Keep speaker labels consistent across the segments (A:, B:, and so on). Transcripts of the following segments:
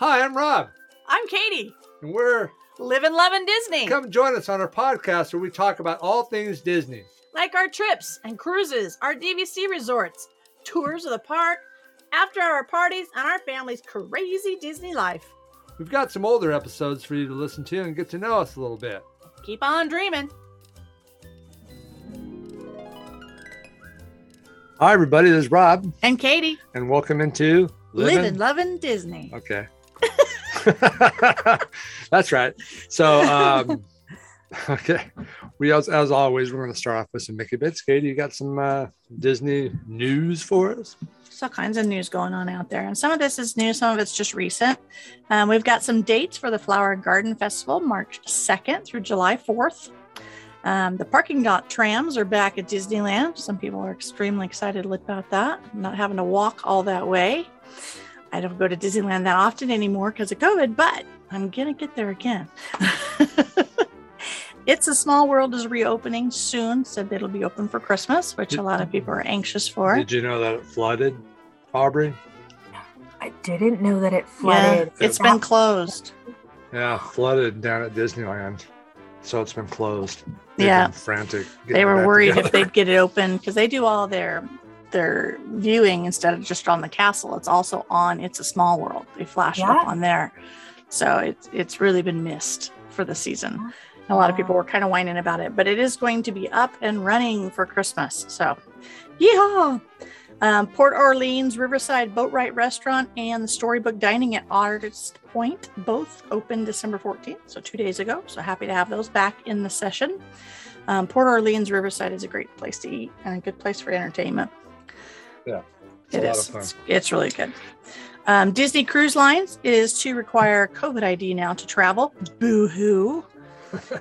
A: Hi, I'm Rob,
B: I'm Katie.
A: and we're
B: Live and love in Disney.
A: come join us on our podcast where we talk about all things Disney.
B: Like our trips and cruises, our DVC resorts, tours of the park, after hour parties, and our family's crazy Disney life.
A: We've got some older episodes for you to listen to and get to know us a little bit.
B: Keep on dreaming.
A: Hi, everybody. This is Rob,
B: And Katie,
A: and welcome into
B: live and love in Disney.
A: Okay. That's right. So, um, okay. We as, as always, we're going to start off with some Mickey bits. Katie, you got some uh, Disney news for us?
B: There's all kinds of news going on out there. And some of this is new, some of it's just recent. Um, we've got some dates for the Flower and Garden Festival, March 2nd through July 4th. Um, the parking lot trams are back at Disneyland. Some people are extremely excited about that, not having to walk all that way. I don't go to Disneyland that often anymore because of COVID, but I'm going to get there again. it's a Small World is reopening soon, so it'll be open for Christmas, which a lot of people are anxious for.
A: Did you know that it flooded, Aubrey?
C: I didn't know that it flooded.
A: Yeah,
B: it's been closed.
A: Yeah, flooded down at Disneyland. So it's been closed. They've
B: Yeah.
A: been frantic.
B: They
A: getting
B: were
A: back
B: worried
A: together.
B: if they'd get it open because they do all their their viewing instead of just on the castle. It's also on It's a Small World. They flash it up
C: Yeah.
B: on there, so it's it's really been missed for the season. A lot of people were kind of whining about it, but it is going to be up and running for Christmas. So, yeehaw! Um, Port Orleans Riverside Boatwright Restaurant and the Storybook Dining at Artist Point both opened December 14th, so two days ago. So happy to have those back in the session. Um, Port Orleans Riverside is a great place to eat and a good place for entertainment.
A: Yeah, it's a
B: it
A: lot
B: is.
A: of fun.
B: It's, it's really good. Um, Disney Cruise Lines is to require COVID ID now to travel. Boo hoo.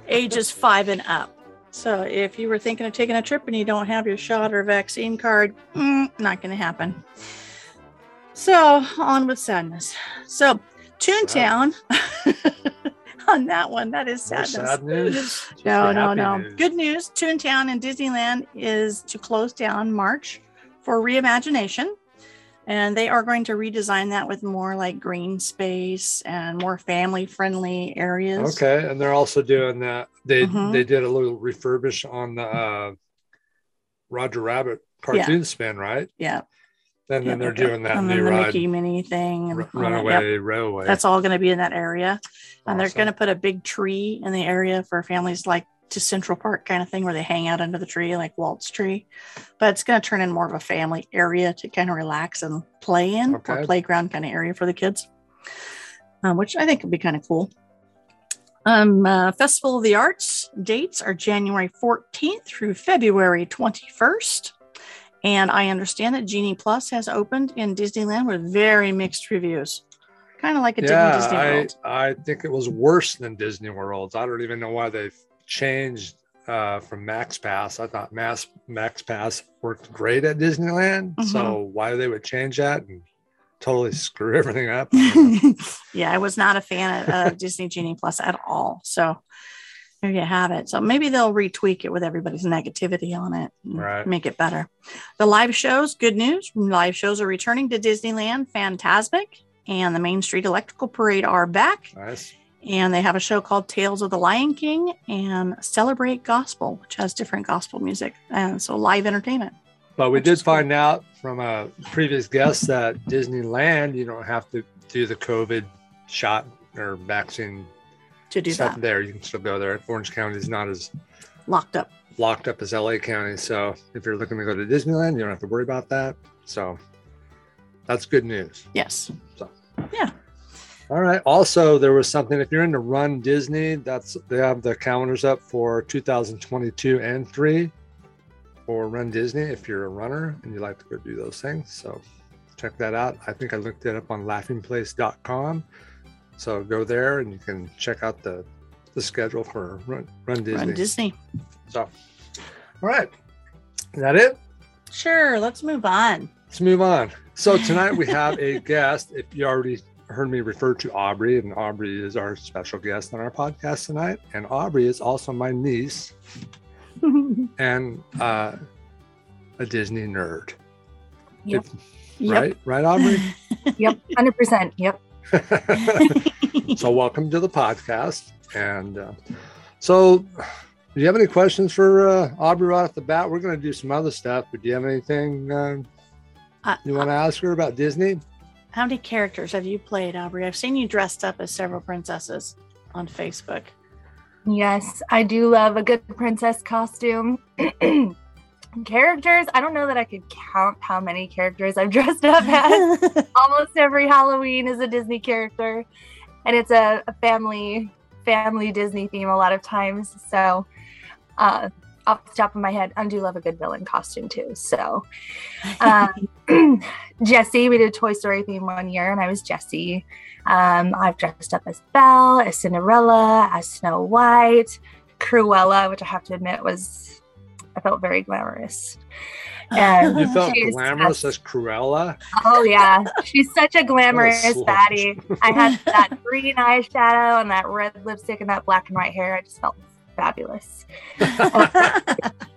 B: Ages five and up. So if you were thinking of taking a trip and you don't have your shot or vaccine card, mm, not going to happen. So on with sadness. So Toontown. on that one, that is
A: More
B: sadness.
A: sad news. Just
B: No,
A: the
B: no,
A: happy
B: no.
A: news.
B: Good news. Toontown and Disneyland is to close down March for reimagination. And they are going to redesign that with more like green space and more family friendly areas.
A: Okay, and they're also doing that. They
B: Mhm.
A: they did a little refurbish on the uh, Roger Rabbit cartoon spin, right?
B: Yeah.
A: And
B: yeah,
A: then they're
B: okay.
A: doing that
B: and then
A: new
B: the
A: ride,
B: Mickey Mini thing. And
A: Ru-
B: all that. Yep.
A: Runaway Railway.
B: That's all going to be in that area. And they're
A: Awesome.
B: going to put a big tree in the area for families like to Central Park kind of thing where they hang out under the tree, like Walt's tree. But it's going to turn in more of a family area to kind of relax and play in
A: Okay.
B: or playground kind of area for the kids, um, which I think would be kind of cool. Um, uh, Festival of the Arts dates are January 14th through February 21st. And I understand that Genie Plus has opened in Disneyland with very mixed reviews, kind of like it did in Disney
A: yeah,
B: World.
A: I, I think it was worse than Disney World. I don't even know why they've changed uh, from Max Pass. I thought Max Max Pass worked great at Disneyland,
B: Mm-hmm.
A: so why they would change that and totally screw everything up? I don't know.
B: yeah, I was not a fan of, of Disney Genie Plus at all. So there you have it. So maybe they'll retweak it with everybody's negativity on it, and
A: Right.
B: make it better. The live shows, good news. Live shows are returning to Disneyland. Fantasmic and the Main Street Electrical Parade are back.
A: nice.
B: And they have a show called Tales of the Lion King and Celebrate Gospel, which has different gospel music. And so live entertainment.
A: But we
B: Which
A: did
B: is cool.
A: find out from a previous guest that Disneyland, you don't have to do the COVID shot or vaccine
B: To do
A: stuff
B: that,
A: there. You can still go there. Orange County is not as
B: locked up.
A: locked up as LA County. So if you're looking to go to Disneyland, you don't have to worry about that. So that's good news.
B: Yes.
A: All right. Also, there was something if you're into Run Disney, that's they have the calendars up for 2022 and three for Run Disney if you're a runner and you like to go do those things. So check that out. I think I looked it up on laughingplace.com. So go there and you can check out the the schedule for Run, Run Disney.
B: Run Disney.
A: So, all right. Is that it?
B: Sure. Let's move on.
A: Let's move on. So tonight we have a guest. If you already heard me refer to Aubrey, and Aubrey is our special guest on our podcast tonight, and Aubrey is also my niece and uh, a Disney nerd.
C: Yep.
A: Right, right, Aubrey.
C: Yep, hundred percent. Yep.
A: so welcome to the podcast. And uh, so, do you have any questions for uh, Aubrey right off the bat? We're going to do some other stuff, but do you have anything uh,
B: Uh,
A: you want to ask her about Disney?
B: How many characters have you played, Aubrey? I've seen you dressed up as several princesses on Facebook.
C: Yes, I do love a good princess costume. characters, I don't know that I could count how many characters I've dressed up as. Almost every Halloween is a Disney character, and it's a, a family family Disney theme a lot of times. So, uh, off the top of my head, I do love a good villain costume too. So, um, Jesse, we did a Toy Story theme one year, and I was Jesse. Um, I've dressed up as Belle, as Cinderella, as Snow White, Cruella, which I have to admit was, I felt very glamorous. And
B: uh,
A: You felt
C: She's-
A: glamorous as Cruella.
C: Oh yeah, she's such a glamorous
A: What a
C: baddie. I had that green eyeshadow and that red lipstick and that black and white hair. I just felt fabulous.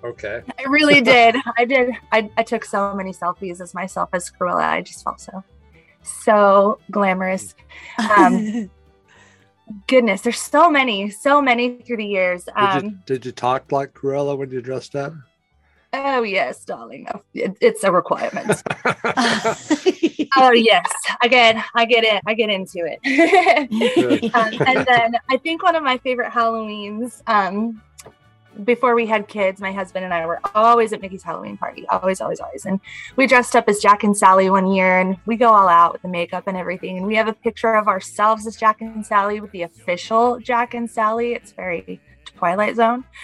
A: Okay.
C: I really did. I did. I, I took so many selfies as myself as Cruella. I just felt so so glamorous. Um, Goodness, there's so many, so many through the years.
A: Did
C: Um,
A: you, did you talk like Cruella when you dressed up?
C: oh yes, darling. No, it, it's a requirement.
B: Good.
C: oh yes, again, I get it. I get into it. um, and then I think one of my favorite Halloweens, um, before we had kids, my husband and I were always at Mickey's Halloween party, always, always, always. And we dressed up as Jack and Sally one year, and we go all out with the makeup and everything. And we have a picture of ourselves as Jack and Sally with the official Jack and Sally. It's very Twilight Zone.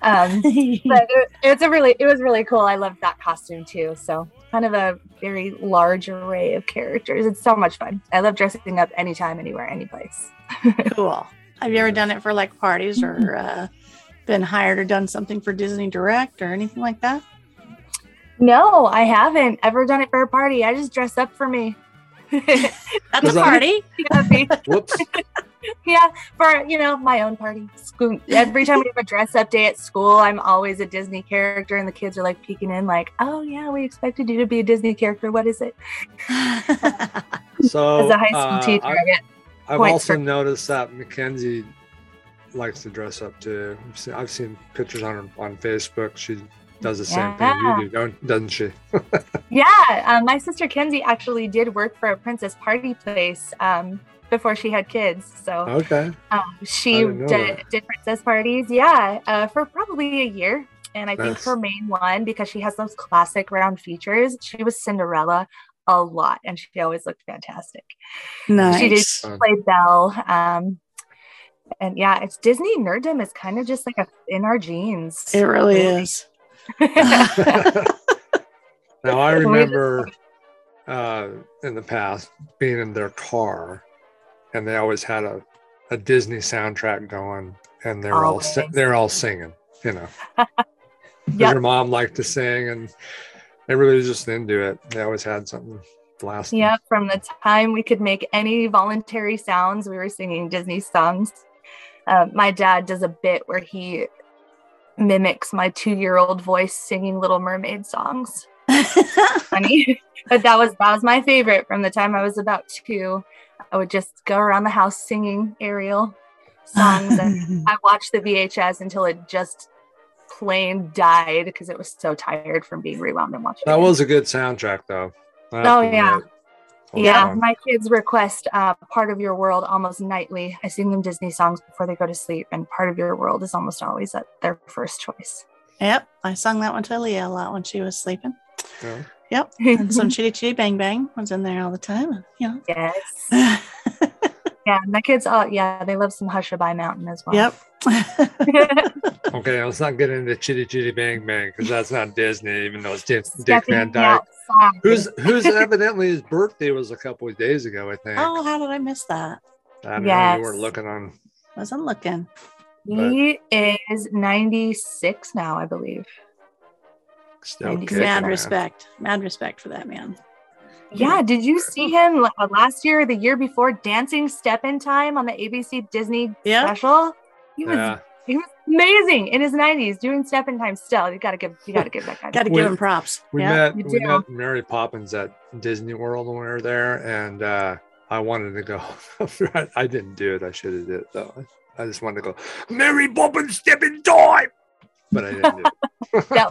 C: Um, but it, it's a really, it was really cool. I loved that costume too. So kind of a very large array of characters. It's so much fun. I love dressing up anytime, anywhere, any place.
B: cool. Have you ever done it for like parties or uh, been hired or done something for Disney Direct or anything like that?
C: No, I haven't ever done it for a party. I just dress up for me.
B: That's
A: Was
B: a
A: I-
B: party.
A: Whoops.
C: yeah, for you know my own party. School- Every time we have a dress up day at school, I'm always a Disney character, and the kids are like peeking in, like, "Oh yeah, we expected you to be a Disney character. What is it?"
A: So
C: As a high school
A: uh,
C: teacher,
A: I-
C: I get
A: I've
C: points
A: also
C: for-
A: noticed that Mackenzie likes to dress up too. I've seen, I've seen pictures on her on Facebook. She does the same thing you do, don't, doesn't she?
C: Yeah, um, my sister Kenzie actually did work for a princess party place um, before she had kids. So
A: Okay.
C: um,
A: I
C: she
A: didn't know
C: did,
A: that.
C: did princess parties, yeah, uh, for probably a year. And I think
A: Nice.
C: her main one, because she has those classic round features, she was Cinderella a lot, and she always looked fantastic.
B: nice.
C: She did
A: Fun.
C: play Belle, um, and yeah, it's Disney nerddom is kind of just like a, in our genes.
B: It really is.
A: now I
C: We just-
A: remember uh, in the past being in their car, and they always had a, a Disney soundtrack going, and they're
C: Oh,
A: all si-
C: Always.
A: they're all singing. You know, 'Cause
C: Yep.
A: your mom liked to sing, and everybody was just into it. They always had something blasting.
C: Yeah, from the time we could make any voluntary sounds, we were singing Disney songs. Uh, my dad does a bit where he mimics my two-year-old voice singing Little Mermaid songs. Funny, but that was that was my favorite from the time I was about two. I would just go around the house singing Ariel songs, and I watched the VHS until it just plain died because it was so tired from being rewound and watching.
A: That was a good soundtrack, though. I have
C: Oh,
A: to admit.
C: yeah.
A: That was
C: Yeah,
A: fun.
C: my kids request uh, "Part of Your World" almost nightly. I sing them Disney songs before they go to sleep, and "Part of Your World" is almost always at their first choice.
B: yep. I sung that one to Leah a lot when she was sleeping.
A: Yeah.
B: Yep. And
A: Mm-hmm.
B: some chitty chitty bang bang was in there all the time. You
C: yes,
B: know.
C: yeah, my kids. Oh, yeah, they love some "Hushabye Mountain" as well.
B: yep.
A: Okay, let's not get into Chitty Chitty Bang Bang because that's not Disney, even though it's Dick, Dick
C: Stepping
A: Van Dyke.
C: outside.
A: Who's who's evidently his birthday was a couple of days ago, I think.
B: oh, how did I miss that?
A: I don't know. You
C: yes.
A: were looking on.
B: Wasn't looking.
C: he is ninety six now, I believe.
A: Still
C: Mad
A: kicking,
B: Mad
A: man.
B: respect. Mad respect for that man.
C: Yeah, did you see him la- last year or the year before dancing step in time on the ABC Disney
B: Yeah.
C: special? He was
A: Yeah.
C: He was amazing in his 90s doing step in time still. You gotta give you gotta give that guy.
B: Got to
A: We-
B: give him props.
A: We
B: yeah.
A: met
C: you
A: we
C: do.
A: met Mary Poppins at Disney World when we were there, and uh, I wanted to go. I- I didn't do it. I should have did it though. I just wanted to go, Mary Bob and Step and Dive. But I didn't do it.
C: That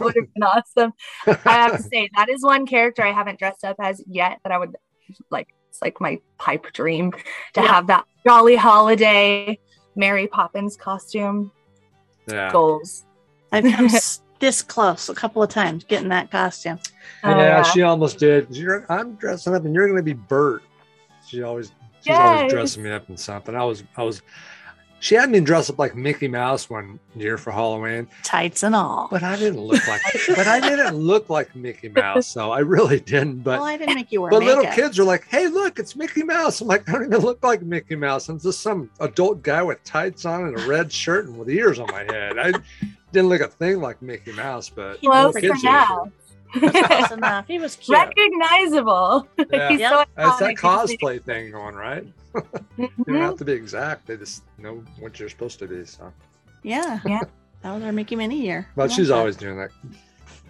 C: would have been awesome. I have to say that is one character I haven't dressed up as yet that I would like. It's like my pipe dream to
B: Yeah.
C: have that jolly holiday Mary Poppins costume.
A: yeah.
C: Goals.
B: I've come s- this close a couple of times getting that costume.
A: yeah,
C: Uh,
A: she almost did. You're, I'm dressing up, and you're going to be Bert. She always, she's always
C: Yes.
A: dressing me up in something. I was, I was. She had me dress up like Mickey Mouse one year for Halloween,
B: Tights and all.
A: but I didn't look like. but I didn't look like Mickey Mouse, so I really didn't. But
B: well, I didn't make you wear
A: but
B: makeup.
A: little kids are like, "Hey, look, it's Mickey Mouse." I'm like, "I don't even look like Mickey Mouse." I'm just some adult guy with tights on and a red shirt and with ears on my head. I didn't look a thing like Mickey Mouse, but
B: He was
A: little
C: Close
B: pretty
A: kids
B: cute.
A: are-
C: enough.
B: Close enough. He was cute.
C: Recognizable.
A: yeah.
C: He's so
A: That's that
C: iconic. You just need-
A: cosplay thing going, right? You don't
C: Mhm.
A: have
B: Mm-hmm.
A: to be exact. They just know what you're supposed to be. So,
B: Yeah.
C: Yeah.
B: That was our Mickey Minnie year. I
A: but
B: love
A: she's
B: that.
A: always doing that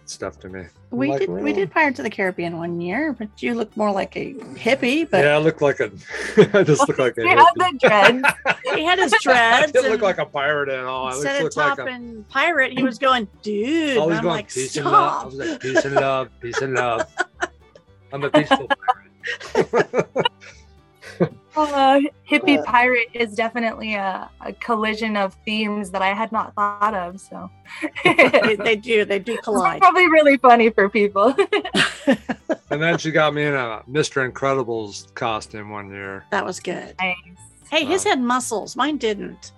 A: stuff to me. I'm
B: We
A: like,
B: did we
A: "Really?"
B: did Pirates of the Caribbean one year, but you look more like a hippie. But
A: yeah, I look like a. I just look like a.
C: You have
A: hippie.
C: the dreads.
B: he had his
A: I
B: dreads.
A: didn't
B: and
A: look like a pirate at all. I
B: instead of
A: looked Oh, like
B: top
A: a.
B: and pirate, he was going, dude.
A: I
B: And
A: was
B: I'm
A: going
B: like,
A: peace and love. I
B: stop.
A: was like peace and love, peace and love. I'm a peaceful pirate.
C: Uh, hippie
A: Uh,
C: pirate is definitely a, a collision of themes that I had not thought of. So
B: they,
C: it's
B: they do. They do collide.
C: probably really funny for people.
A: and then she got me in a Mr. Incredibles costume one year.
B: That was good.
C: nice.
B: Hey, his
A: Wow.
B: had muscles. Mine didn't.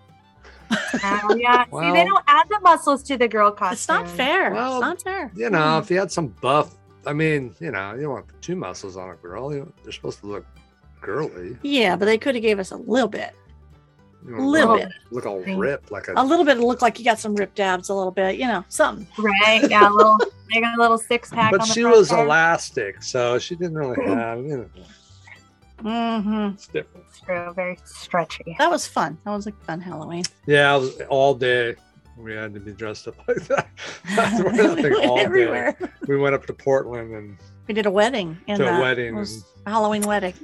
C: Um, yeah. See,
A: Well-
C: they don't add the muscles to the girl costume.
B: It's not fair.
A: Well,
B: it's not fair.
A: You know, if you had some buff, I mean, you know, you don't want two muscles on a girl. You, they're supposed to look girly.
B: Yeah, but they could have gave us a little bit,
A: You
B: a
A: know,
B: little
A: look,
B: bit,
A: Look all ripped like
B: a
A: a.
B: little bit. It looked like you got some ripped abs, a little bit. You know, something.
C: Right. Yeah. A little, they got a little six pack.
A: But
C: on the
A: she
C: front
A: was
C: there.
A: elastic, so she didn't really have. You know,
B: hmm
A: it's different.
C: It's True, very stretchy.
B: That was fun. That was a fun Halloween.
A: Yeah, I was, all day we had to be dressed up like that. That's one
B: We
A: thing
B: went
A: all day.
B: everywhere.
A: we went up to Portland and
B: We did a wedding. In
A: to
B: that.
A: a wedding.
B: It was
A: and,
B: a Halloween wedding.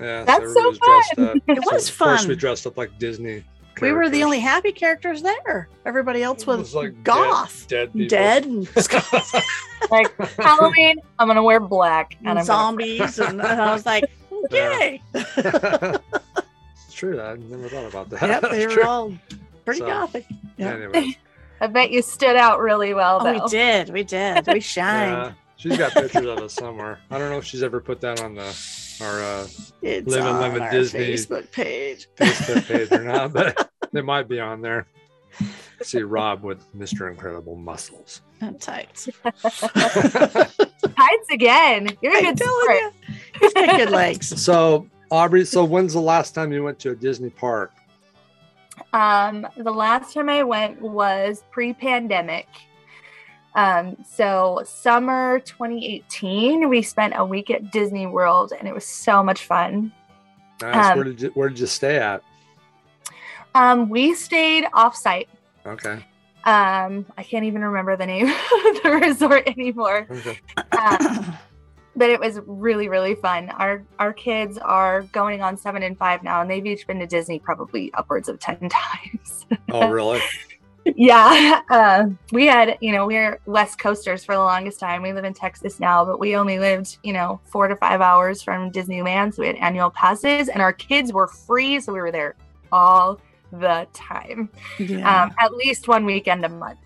A: yeah,
C: That's so
A: everybody dressed up.
B: It was
A: of course,
B: fun.
A: we dressed up like Disney.
B: We were the
A: characters.
B: only happy characters there. Everybody else
A: It
B: was,
A: was like
B: goth,
A: dead,
B: dead,
A: people.
B: and
C: Like Halloween, I'm gonna wear black and I'm gonna-
B: zombies, and, and I was like, okay.
A: it's true. I never thought about that.
B: Yep,
A: That's
B: they were
A: true.
B: all pretty
A: So,
B: gothic. yeah.
A: Anyway,
C: I bet you stood out really well
B: Oh,
C: though.
B: we did. We did. We shined.
A: yeah, she's got pictures of us somewhere. I don't know if she's ever put that on the our uh,
B: It's
A: Lemon
B: on
A: Lemon
B: our
A: Disney.
B: Facebook page.
A: Facebook page or not, but they might be on there. See Rob with Mr. Incredible muscles.
B: Not tights.
C: Tights again. You're a
B: I'm
C: good
B: telling
C: sport.
B: you. He's got good legs.
A: so Aubrey, so when's the last time you went to a Disney park?
C: Um, the last time I went was pre-pandemic. Um, so summer 2018, we spent a week at Disney World, and it was so much fun.
A: Nice.
C: Um,
A: where did you, where did you stay at?
C: Um, we stayed offsite.
A: Okay.
C: Um, I can't even remember the name of the resort anymore.
A: okay.
C: Um, but it was really, really fun. Our our kids are going on seven and five now, and they've each been to Disney probably upwards of ten times.
A: Oh, really?
C: Yeah, uh, we had, you know, we were West Coasters for the longest time. We live in Texas now, but we only lived, you know, four to five hours from Disneyland. So we had annual passes and our kids were free. So we were there all the time,
B: yeah.
C: um, at least one weekend a month.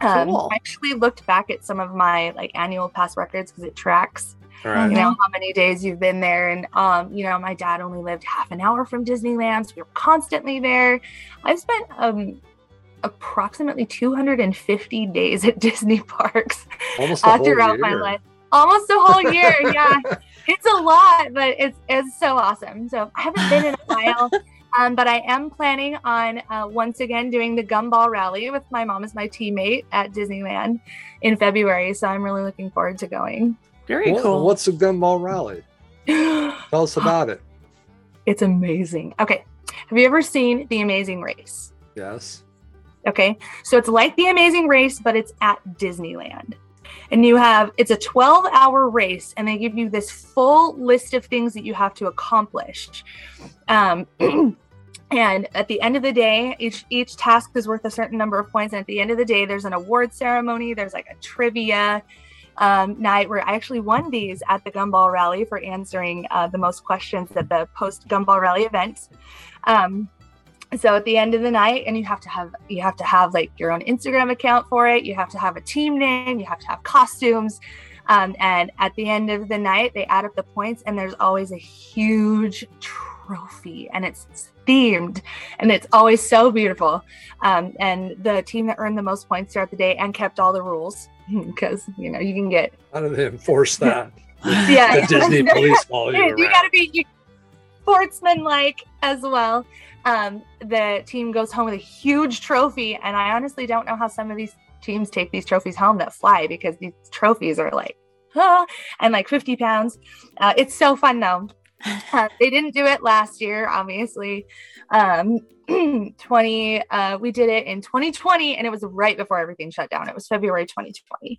C: Um,
B: Cool.
C: I actually looked back at some of my like annual pass records because it tracks
A: All right.
C: you know how many days you've been there and um you know my dad only lived half an hour from disneyland so we were constantly there i've spent um approximately 250 days at disney parks
A: Almost the
C: uh,
A: whole
C: throughout my
A: year.
C: life almost the whole year yeah it's a lot but it's it's so awesome so i haven't been in a while um, but i am planning on uh, once again doing the gumball rally with my mom as my teammate at disneyland in february so i'm really looking forward to going
B: Very
A: What-
B: cool.
A: What's the gumball rally? Tell us about it.
C: It's amazing. Okay. Have you ever seen The Amazing Race?
A: Yes.
C: Okay. So it's like The Amazing Race, but it's at Disneyland. and you have it's a 12 hour race and they give you this full list of things that you have to accomplish um, and at the end of the day each each task is worth a certain number of points and at the end of the day there's an award ceremony there's like a trivia um, night where I actually won these at the Gumball Rally for answering uh, the most questions at the post Gumball Rally event. Um, so at the end of the night, and you have to have you have to have like your own Instagram account for it. You have to have a team name. You have to have costumes. Um, and at the end of the night, they add up the points, and there's always a huge trophy, and it's themed, and it's always so beautiful. Um, and the team that earned the most points throughout the day and kept all the rules because you know you can get
A: how do they enforce that
C: yeah
A: the disney police follow
C: you
A: around.
C: gotta be you, sportsmanlike as well um, the team goes home with a huge trophy and i honestly don't know how some of these teams take these trophies home that fly because these trophies are like huh, and like 50 pounds uh, it's so fun though uh, they didn't do it last year obviously um, 20 uh, we did it in 2020 and it was right before everything shut down it was february 2020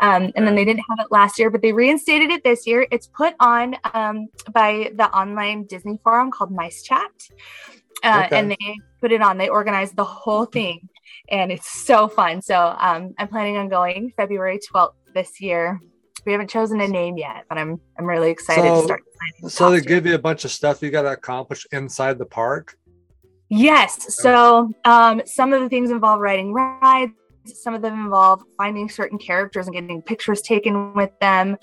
C: um, and then they didn't have it last year but they reinstated it this year it's put on um, by the online disney forum called mice chat uh, okay. and they put it on they organized the whole thing and it's so fun so um, i'm planning on going february 12th this year we haven't chosen a name yet, but I'm I'm really excited
A: So-
C: to start. planning
A: so they
C: costumes.
A: give you a bunch of stuff you got to accomplish inside the park
C: Yes. So um, some of the things involve riding rides. Some of them involve finding certain characters and getting pictures taken with them.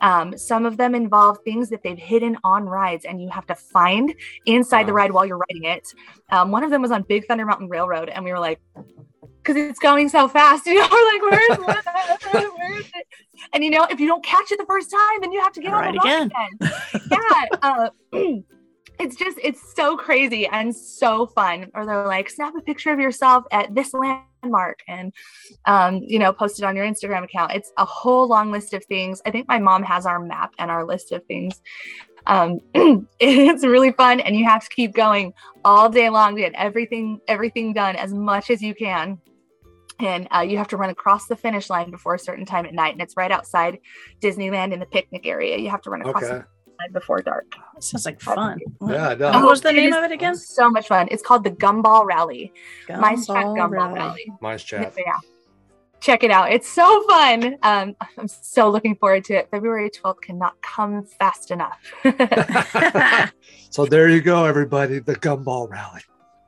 C: Um, some of them involve things that they've hidden on rides and you have to find inside the
A: Wow.
C: ride while you're riding it. Um, one of them was on Big Thunder Mountain Railroad, and we were like, because it's going so fast, you know, we're like, where's what? Where is it? And you know, if you don't catch it the first time, then you have to get on
B: Ride
C: the ride again. yeah. Uh, it's just it's so crazy and so fun or they're like snap a picture of yourself at this landmark and um, you know post it on your instagram account it's a whole long list of things i think my mom has our map and our list of things um, it's really fun and you have to keep going all day long to get everything everything done as much as you can and uh, you have to run across the finish line before a certain time at night and it's right outside disneyland in the picnic area you have to run across the
A: okay
C: finish line before dark
B: It sounds like fun.
A: yeah I
B: What
A: know.
C: Oh,
B: was the
C: it
B: name
C: is-
B: of it again?
C: so much fun. It's called the Gumball Rally. My Stack
B: Gumball
C: Gumball
B: Rally.
C: Rally.
A: nice
C: Yeah.
A: chat
C: Check it out. It's so fun. Um, I'm so looking forward to it. February 12th cannot come fast enough.
A: so there you go everybody the gumball rally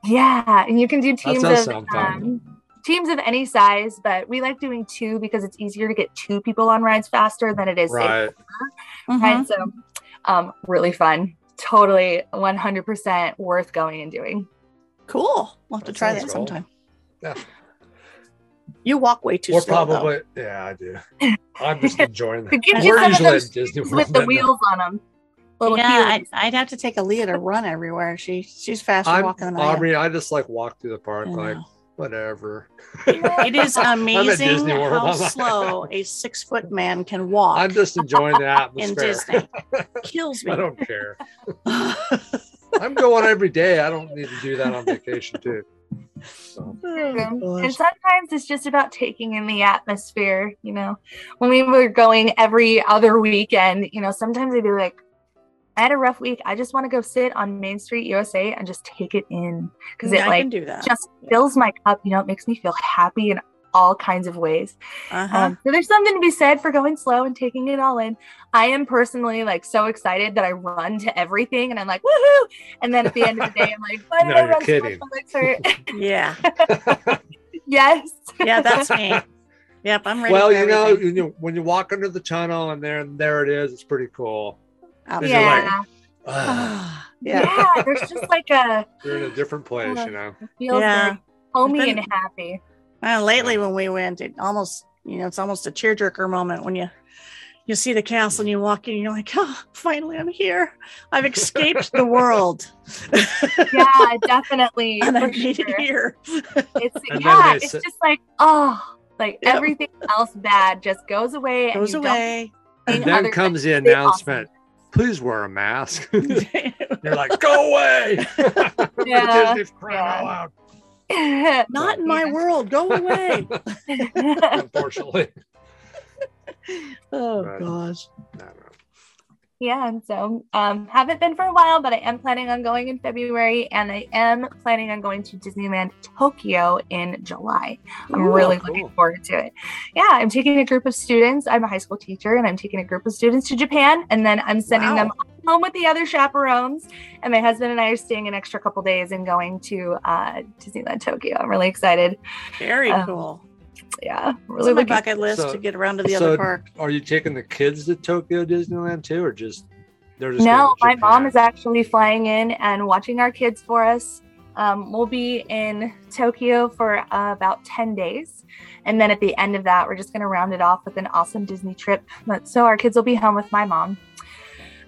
C: yeah. And you can do teams
A: does
C: of
A: sound fun.
C: um, teams of any size, but we like doing two because it's easier to get two people on rides faster than it is say,
A: right
B: Mhm.
C: right? So um, really fun. Totally 100% worth going and doing.
B: Cool. We'll have to
A: That
B: try
A: sounds
B: that
A: cool.
B: sometime.
A: Yeah.
B: You walk way too
A: we're
B: slow. though.
A: probably yeah i do i'm just enjoying
C: Could you
A: that
C: get
A: we're
C: some of
A: usually
C: those
A: at disney world
C: With
A: right
C: the
A: now.
C: wheels on them. Little
B: uh, yeah,
C: cubes.
B: I'd, I'd have to take a Leah to run everywhere. She she's faster
A: I'm
B: walking than
A: Aubrey. I just like walk through the park,
B: I am. I
A: like
B: know.
A: whatever.
B: It is amazing
A: Disney World.
B: how
A: I'm like-
B: slow a six foot man can walk
A: I'm just enjoying the
B: in
A: atmosphere.
B: Disney. Kills me.
A: I don't care.
B: oh,
A: I'm going every day. I don't need to do that on vacation too. So,
B: Hmm.
C: And
B: gosh.
C: sometimes it's just about taking in the atmosphere, you know. When we were going every other weekend, you know, sometimes I'd be like, I had a rough week. I just want to go sit on Main Street USA and just take it in because
B: Yeah,
C: it
B: I
C: like
B: can do that.
C: just fills my cup, you know, it makes me feel happy in all kinds of ways.
B: Uh-huh.
C: Um, so there's something to be said for going slow and taking it all in. I am personally like so excited that I run to everything and I'm like, woohoo. And then at the end of the day, I'm like, why did
A: No,
C: I
A: you're
C: run so much?
A: kidding.
C: My legs hurt.
B: yeah,
C: yes.
B: yeah, that's me. Yep, I'm ready.
A: well,
B: for
A: you know,
B: everything.
A: you know, when you walk under the tunnel and there, and there it is. It's pretty cool. Is it
B: Absolutely.
A: like-
C: Yeah.
A: Ugh,
B: Ah, yeah.
C: yeah. there's just like a
A: you're in a different place, you know.
C: it feels
B: Yeah.
C: very homey
B: Then-
C: and happy.
B: Uh, lately, when we went, it almost you know it's almost a tearjerker moment when you you see the castle and you walk in, and you're like, oh, finally I'm here. I've escaped the world.
C: Yeah, definitely.
B: and I
C: for
B: made
C: sure.
B: it here.
C: It's
A: And
C: yeah,
A: then they
C: it's
A: sit-
C: just like oh, like
B: Yeah.
C: everything else bad just goes away.
B: Goes
C: and you don't
B: away.
A: And
C: think
A: then
C: other
A: comes the
C: than be awesome.
A: announcement. Please wear a mask.
B: Not
A: You're like, go away.
C: Yeah.
A: Disney's crying out loud,
B: in my world. Go away.
A: unfortunately.
B: oh
A: Right.
B: gosh.
A: I don't know.
C: Yeah, and so um, haven't been for a while, but I am planning on going in February, and I am planning on going to Disneyland Tokyo in July. I'm
A: Ooh,
C: really
A: cool.
C: looking forward to it. Yeah, I'm taking a group of students. I'm a high school teacher, and I'm taking a group of students to Japan, and then I'm sending them home with the other chaperones. And my husband and I are staying an extra couple days and going to uh, Disneyland Tokyo. I'm really excited.
B: Very
C: Um,
B: cool.
C: Yeah, I'm
B: It's
C: really
A: Oh
B: on my
C: looking.
B: bucket list
A: So-
B: to get around to the
A: so-
B: other park.
A: Are you taking the kids to Tokyo Disneyland too, or just they're just
C: No, my
A: going to
C: mom is
A: Japan?
C: actually flying in and watching our kids for us. Um, we'll be in Tokyo for uh, about 10 days. And then at the end of that, we're just going to round it off with an awesome Disney trip. But- So our kids will be home with my mom.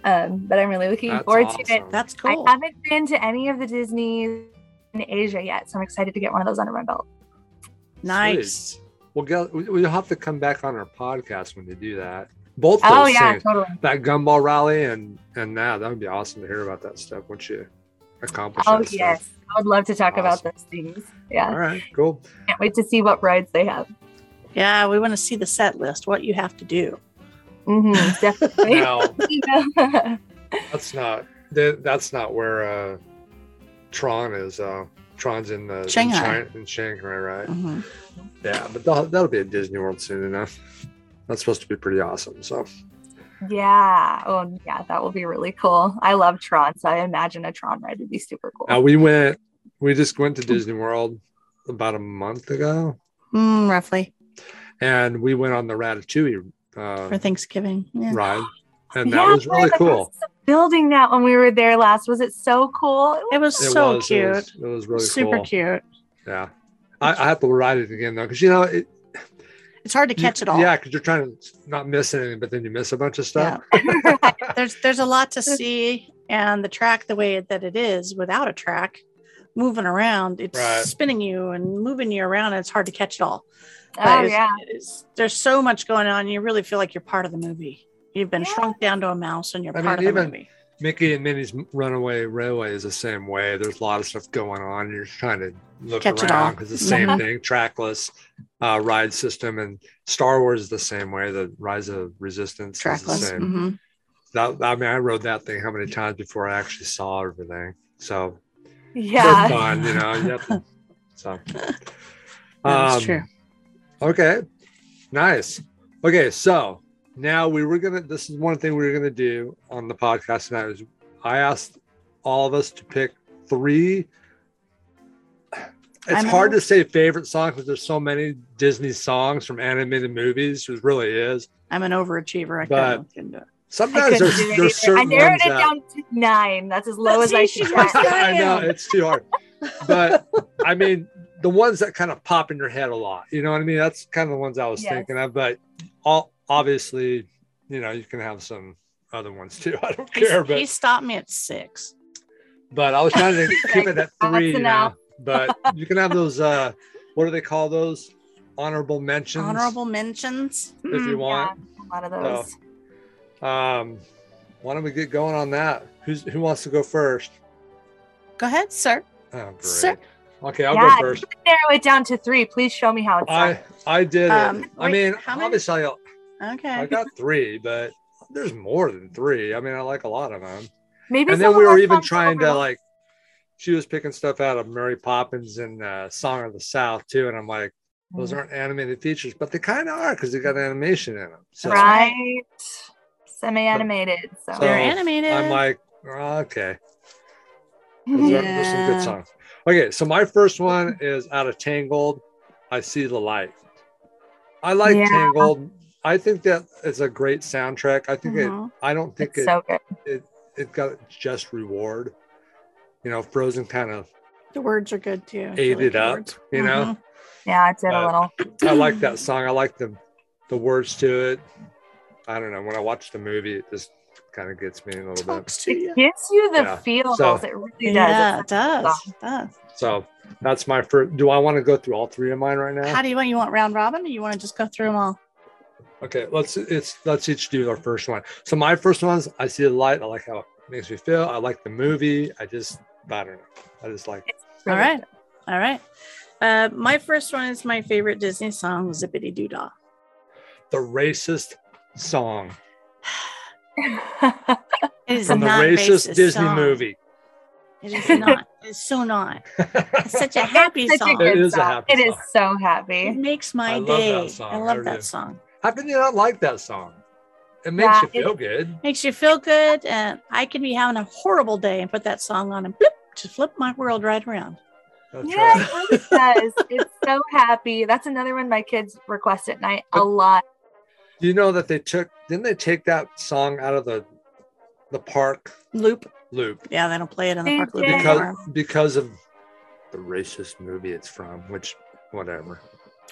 C: Um, but I'm really looking
A: That's
C: forward to it.
A: awesome.
B: That's cool.
C: I haven't been to any of the Disneys in Asia yet. So I'm excited to get one of those under my belt.
B: nice.
A: Well, go- we- we'll have to come back on our podcast when they do that. Both those
C: Oh, yeah,
A: things,
C: totally.
A: that gumball rally and and that that would be awesome to hear about that stuff once you accomplish.
C: Oh,
A: that
C: yes.
A: Stuff.
C: I would love to talk about
A: Awesome.
C: those things. Yeah.
A: All right, cool.
C: Can't wait to see what rides they have.
B: Yeah, we want to see the set list, what you have to do.
C: hmm definitely.
A: Now
C: You know?
A: that's not that, that's not where uh, Tron is. Uh, Tron's in the in
B: Shanghai.
A: China- in Shanghai, right?
B: Mhm.
A: Yeah, but that'll, that'll be at Disney World soon enough. That's supposed to be pretty awesome. So
C: Yeah. Oh, yeah. That will be really cool. I love Tron, so I imagine a Tron ride would be super cool.
A: uh, we went, we just went to Disney World about a month ago,
B: Mm, roughly
A: and we went on the Ratatouille uh,
B: for Thanksgiving. Yeah.
A: ride, and that
C: Yeah,
A: was really
C: the
A: cool.
C: cost of Building that when we were there last was it so cool? It was-
B: It was
A: It
B: so
A: was,
B: cute.
A: It was, it was really
B: Super
A: cool.
B: cute.
A: Yeah, I, I have to ride it again though, because you know, it,
B: It's hard to catch
A: you,
B: it all.
A: Yeah, because you're trying to not miss anything, but then you miss a bunch of stuff.
B: Yeah. there's there's a lot to see, and the track, the way that it is, without a track, moving around, it's
A: Right.
B: spinning you and moving you around. And it's hard to catch it all.
C: oh
B: it's-
C: yeah,
B: it's- there's so much going on. You really feel like you're part of the movie. You've been
C: Yeah.
B: shrunk down to a mouse, and you're
A: I mean,
B: part of the
A: even-
B: movie.
A: Mickey and Minnie's Runaway Railway is the same way. There's a lot of stuff going on. You're just trying to look
B: Catch it
A: around
B: all. Mm-hmm.
A: because the same
C: Mhm.
A: thing, trackless uh, ride system, and Star Wars is the same way. The Rise of Resistance is the
B: Trackless.
A: same.
C: Mm-hmm.
B: Mhm.
A: That, I mean, I rode that thing how many times before I actually saw everything. So
C: yeah.
A: for fun, you know. You have to, so
B: That's
A: um,
B: true.
A: Okay. Nice. Okay, so now we were gonna this is one thing we were gonna do on the podcast tonight was I asked all of us to pick three. It's
B: I'm-
A: hard to say favorite songs because there's so many Disney songs from animated movies. It really is.
B: I'm an overachiever. I
A: But-
B: couldn't, couldn't do it.
C: I
A: Sometimes
C: couldn't
A: there's
C: do it
A: there's
C: either. I
A: certain
C: narrowed
A: ones
C: it
A: that
C: down to nine. That's as low as I
B: See,
C: could
B: she's right.
C: get.
A: I know
B: Damn.
A: it's too hard, but I mean the ones that kind of pop in your head a lot. You know what I mean? That's kind of the ones I was
C: Yes.
A: thinking of. But all obviously, you know, you can have some other ones too. I don't
B: He's-
A: care,
B: he
A: but
B: stopped me at six.
A: but I was trying to keep it at
C: That's
A: three. You know?
C: enough.
A: But you can have those. uh What do they call those? Honorable mentions.
B: Honorable mentions.
A: If you
B: Mm.
A: want,
C: Yeah, a lot of those.
A: um, why don't we get going on that? Who's who wants to go first?
B: Go ahead, sir.
A: Oh, great.
B: Sir.
A: Okay, I'll
C: yeah,
A: go first.
C: you could narrow it down to three. Please show me how it's done.
A: I I did it.
B: Um,
A: I
B: wait,
A: mean,
B: how many-
A: obviously, I- I
B: Okay.
A: got three, but there's more than three. I mean, I like a lot of them.
C: Maybe
A: And
C: some
A: then
C: of
A: we
C: our
A: were even
C: songs
A: trying to
C: overlap.
A: like, she was picking stuff out of Mary Poppins and uh, Song of the South too, and I'm like,
B: Mm.
A: those aren't animated features, but they kind of are because they got animation in them. So
C: right, semi-animated. So,
A: So-
B: They're animated.
A: I'm like, "Oh, okay, Those are- there's some good songs. Okay, so my first one is out of Tangled. I see the light. I like
C: Yeah.
A: Tangled. I think that it's a great soundtrack. I think it.
B: Mhm.
A: I don't think
C: it's
A: it.
C: so good.
A: it got just reward. You know, Frozen kind of
B: The words are good too.
A: ate it up. You
B: Uh-huh.
A: know,
B: Mm-hmm.
C: Yeah, it did
A: But-
C: a little.
A: I like that song. I like the the words to it. I don't know. When I watch the movie, it just kind of gets me a little bit.
B: Talks to you.
C: It gives you the
A: Yeah,
C: feels.
A: so-
C: it really does.
B: Yeah, it
C: It's such a good
B: does.
C: song.
B: It does.
A: So that's my first. Do I want to go through all three of mine right
B: How
A: now?
B: do you want? You want round robin, or you want to just go through them all?
A: Okay, let's it's let's each do our first one. So my first one's I see the light. I like how it makes me feel. I like the movie. I just I don't know. I just like
C: It's
B: All
C: really
B: right, all right. Uh, my first one is my favorite Disney song, Zippity Doo Dah.
A: the racist song
C: I
B: It is
A: from the
B: not
A: racist
B: racist
A: Disney
B: song.
A: movie.
B: It is not. It's so not. It's such a happy
C: Such a
B: song.
A: It
C: good
A: is a
C: song.
A: happy
C: It is
A: song.
C: so
B: It
C: happy.
B: makes my
A: I love that
B: day.
A: song.
B: I
A: I
B: love
A: really do.
B: that song.
A: How can you not like that song? It makes
C: Yeah,
A: you feel good.
B: Makes you feel good. And I could be having a horrible day and put that song on and bloop, just flip my world right around.
A: That's
C: Yeah,
A: right.
C: it really does. It's so happy. That's another one my kids request at night a lot.
A: Do you know that they took? Didn't they take that song out of the the park
B: Loop.
A: loop
B: Yeah, they don't play it in the
C: They
B: park loop
C: did.
A: because
B: anymore.
A: because of the racist movie it's from? Which, whatever.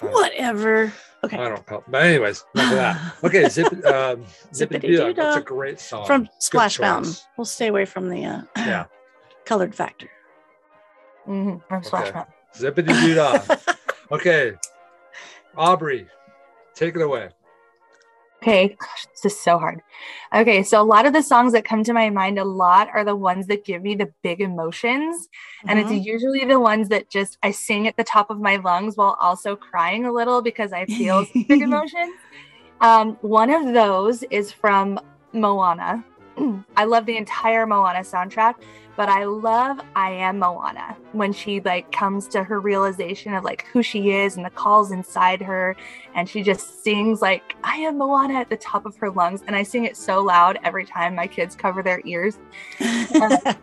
A: I don't-
B: Whatever. Okay.
A: I don't help. But anyways, enough of that. Okay, zip, um, zip it.
B: Zippity doo
A: That's a
B: dah.
A: great song.
B: From Splash
A: Um, choice.
B: Mountain. We'll stay away from the uh,
A: Yeah.
B: colored factor.
C: Mhm, from Splash
A: Okay.
C: Mountain.
A: Zippity doo dah. okay, Aubrey, take it away.
C: Okay, gosh, this is so hard. Okay, so a lot of the songs that come to my mind a lot are the ones that give me the big emotions. And it's usually the ones that just I sing at the top of my lungs while also crying a little because I feel some big emotions. Um, one of those is from Moana. I love the entire Moana soundtrack, but I love I Am Moana when she like comes to her realization of like who she is and the calls inside her. And she just sings like I am Moana at the top of her lungs. And I sing it so loud every time my kids cover their ears
B: Uh-huh.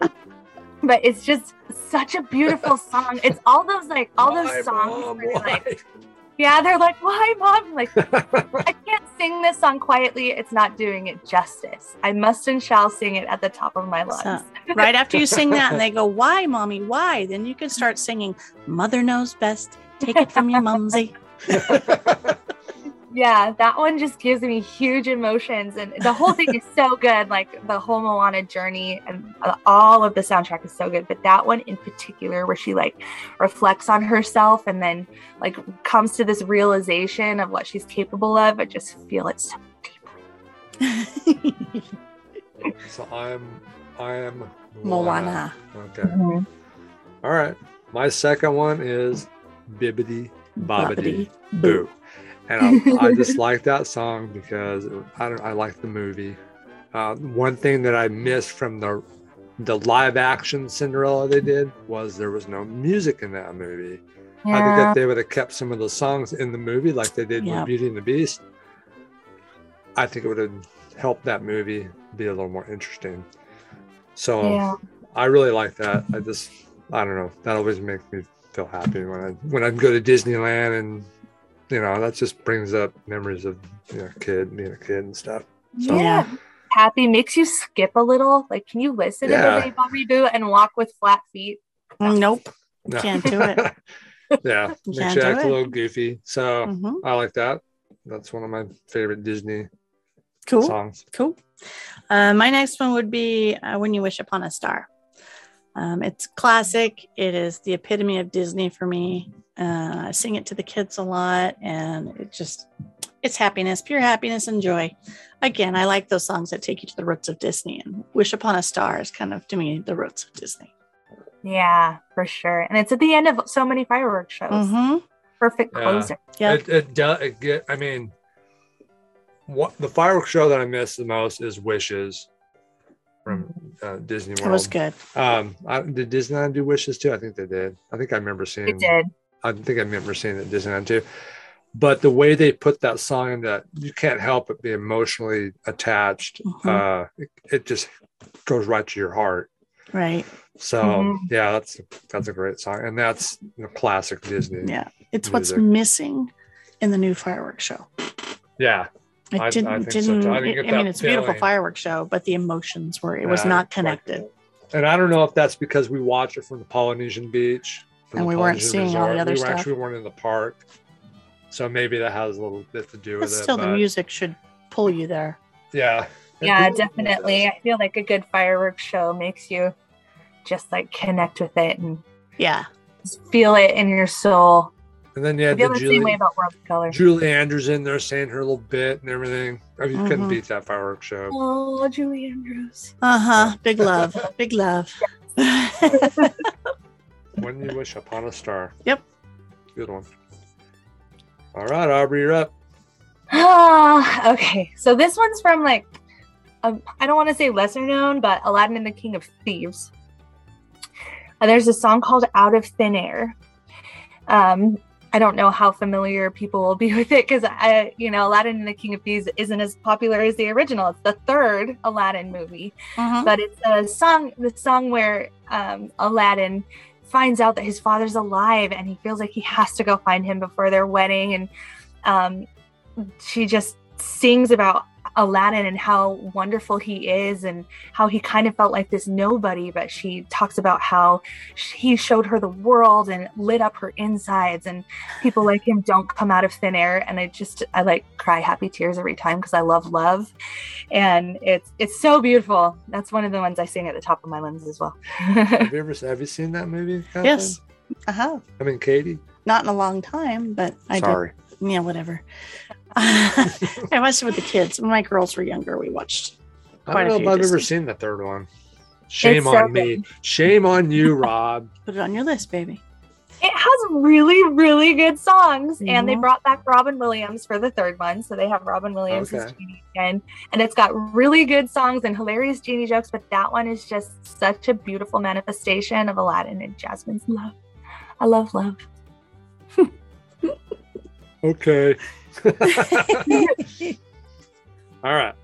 C: but it's just such a beautiful song. It's all those like all
A: Why,
C: those songs.
A: Mom,
C: where they're like,
A: why?
C: yeah, they're like, why, mom? I'm like, I can't sing this song quietly. It's not doing it justice. I must and shall sing it at the top of my lungs.
B: So, right after you sing that and they go, Why, mommy? Why? Then you can start singing, Mother Knows Best. Take it from your mumsy.
C: Yeah, that one just gives me huge emotions, and the whole thing is so good. Like the whole Moana journey, and uh, all of the soundtrack is so good. But that one in particular, where she like reflects on herself and then like comes to this realization of what she's capable of, I just feel it so deeply.
A: so I'm I am
B: Moana.
A: Okay. All right. My second one is Bibbidi Bobbidi
B: Bobbidi
A: Boo. And I, I just like that song because it- I don't I like the movie. Uh, one thing that I missed from the the live action Cinderella they did was there was no music in that movie. I think
C: Yeah.
A: if they would have kept some of the songs in the movie like they did
B: Yeah.
A: with Beauty and the Beast, I think it would have helped that movie be a little more interesting. So
C: yeah.
A: I really like that. I just I don't know. That always makes me feel happy when I when I go to Disneyland and you know that just brings up memories of you know kid being a kid and stuff. So-
C: Yeah. Happy makes you skip a little. Like, can you listen
A: Yeah.
C: to the Bobby Boo and walk with flat feet?
B: Nope.
A: No.
B: Can't do it.
A: yeah, makes
B: Can't
A: you
B: do
A: act a
B: it.
A: little goofy. So
B: Mhm.
A: I like that. That's one of my favorite Disney
B: Cool.
A: songs.
B: Cool. Uh, my next one would be uh, When You Wish Upon a Star. Um, it's classic. It is the epitome of Disney for me. Uh, I sing it to the kids a lot, and it just it's happiness, pure happiness and joy. Again, I like those songs that take you to the roots of Disney, and Wish Upon a Star is kind of to me the roots of Disney.
C: Yeah, for sure. And it's at the end of so many fireworks shows.
B: Mm-hmm.
C: Perfect
A: Yeah.
C: closer.
B: Yeah.
A: It it does it get. I mean, what the fireworks show that I miss the most is Wishes from uh, Disney World.
B: It was good.
A: Um, I, did Disneyland do wishes too? I think they did. I think I remember seeing.
C: It did.
A: I think I remember seeing it at Disneyland too. But the way they put that song in that you can't help but be emotionally attached.
B: Mhm.
A: Uh, it, it just goes right to your heart.
B: Right.
A: So
B: Mm-hmm.
C: Mhm.
A: yeah, that's that's a great song, and that's you know, classic Disney.
B: Yeah. It's what's
A: Music.
B: missing in the new fireworks show.
A: Yeah.
B: It
A: I- I
B: didn't.
A: think so, too. I didn't
B: didn't.
A: get
B: it- I
A: that
B: mean, it's a beautiful
A: feeling.
B: fireworks show, but the emotions were. It was
A: Yeah,
B: not
A: it's like-
B: connected,
A: and I don't know if that's because we watched it from the Polynesian beach, from
B: And
A: the
B: we weren't
A: Polynesian
B: seeing all the other
A: we
B: stuff.
A: Actually, weren't in the park, so maybe that has a little bit to do
B: but
A: with it.
B: still, the
A: but-
B: music should pull you there.
A: Yeah.
C: Yeah,
A: It-
C: definitely. I feel like a good fireworks show makes you just like connect with it and
B: Yeah.
C: just feel it in your soul.
A: And then you
C: I
A: had
C: feel
A: the
C: the
A: Julie,
C: same way about World of Color.
A: Julie Andrews in there saying her little bit and everything. I mean, you couldn't
B: Mhm.
A: beat that fireworks show.
C: Oh, Julie Andrews.
B: Uh huh. Big love. Big love. Mm-hmm.
A: When You Wish Upon a Star.
B: Yep.
A: Good one. All right, Aubrey, you're up.
C: Ah, okay. So this one's from like, um, I don't want to say lesser known, but Aladdin and the King of Thieves. Uh, there's a song called Out of Thin Air. Um, I don't know how familiar people will be with it because I, you know, Aladdin and the King of Thieves isn't as popular as the original. It's the third Aladdin movie,
B: Mhm.
C: but it's a song, the song where um, Aladdin finds out that his father's alive and he feels like he has to go find him before their wedding. And um, she just sings about Aladdin and how wonderful he is and how he kind of felt like this nobody, but she talks about how sh- he showed her the world and lit up her insides. And people like him don't come out of thin air. And I just, I like cry happy tears every time because I love love. And it's, it's so beautiful. That's one of the ones I sing at the top of my lungs as well.
A: Have you ever have you seen that movie? Kathleen?
B: Yes, I have.
A: I mean, Katie.
B: Mm-hmm. Uh-huh. Not in a long time, but I did.
A: Sorry.
B: Yeah, whatever. I watched it with the kids. When my girls were younger, we watched.
A: I
B: quite
A: don't
B: a
A: know if
B: few
A: I've ever
B: Disney.
A: seen the third one. Shame
C: so
A: on me. Shame on you, Rob.
B: Put it on your list, baby.
C: It has really, really good songs, and
A: Mm-hmm.
C: they
B: Mhm.
C: brought back Robin Williams for the third one, so they have Robin Williams as
A: Okay.
C: Genie again, and it's got really good songs and hilarious Genie jokes. But that one is just such a beautiful manifestation of Aladdin and Jasmine's love. I love love.
A: Okay. All right.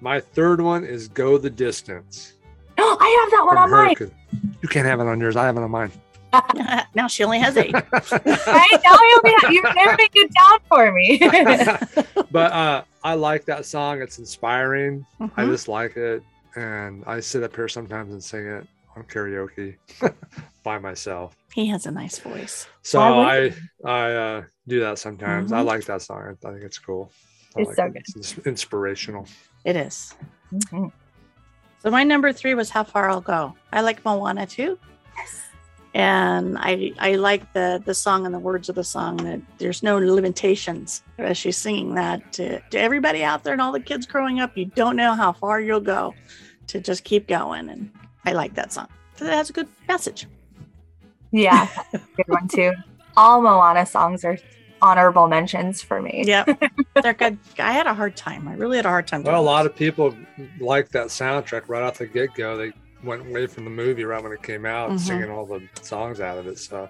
A: My third one is Go the Distance.
C: Oh, I have that one
A: from
C: on mine.
A: Hurricane. You can't have it on yours. I have it on mine.
B: now she only has eight.
C: Right now, I only have, you're narrowing it down for me.
A: but uh, I like that song. It's inspiring. I
C: Mm-hmm.
B: Mhm.
A: just like it. And I sit up here sometimes and sing it on karaoke by myself.
B: He has a nice voice.
A: So
C: Why Mm-hmm.
A: I I uh, do that sometimes. I
B: Mhm.
A: like that song. I think it's cool. I
C: It's
A: like
C: so
A: it.
C: good.
A: It's ins- inspirational.
B: It is.
C: Mhm.
B: So my number three was How Far I'll Go. I like Moana too.
C: Yes.
B: And I I like the the song and the words of the song that there's no limitations as she's singing that to, to everybody out there and all the kids growing up, you don't know how far you'll go to just keep going. And I like that song. 'Cause It has a good message.
C: Yeah, that's a good one too. All Moana songs are honorable mentions for me.
B: Yeah. They're good. I had a hard time. I really had a hard time.
A: Well, a lot of people like that soundtrack right off the get go. They went away from the movie right when it came out,
C: Mm-hmm.
B: Mhm.
A: singing all the songs out of it. So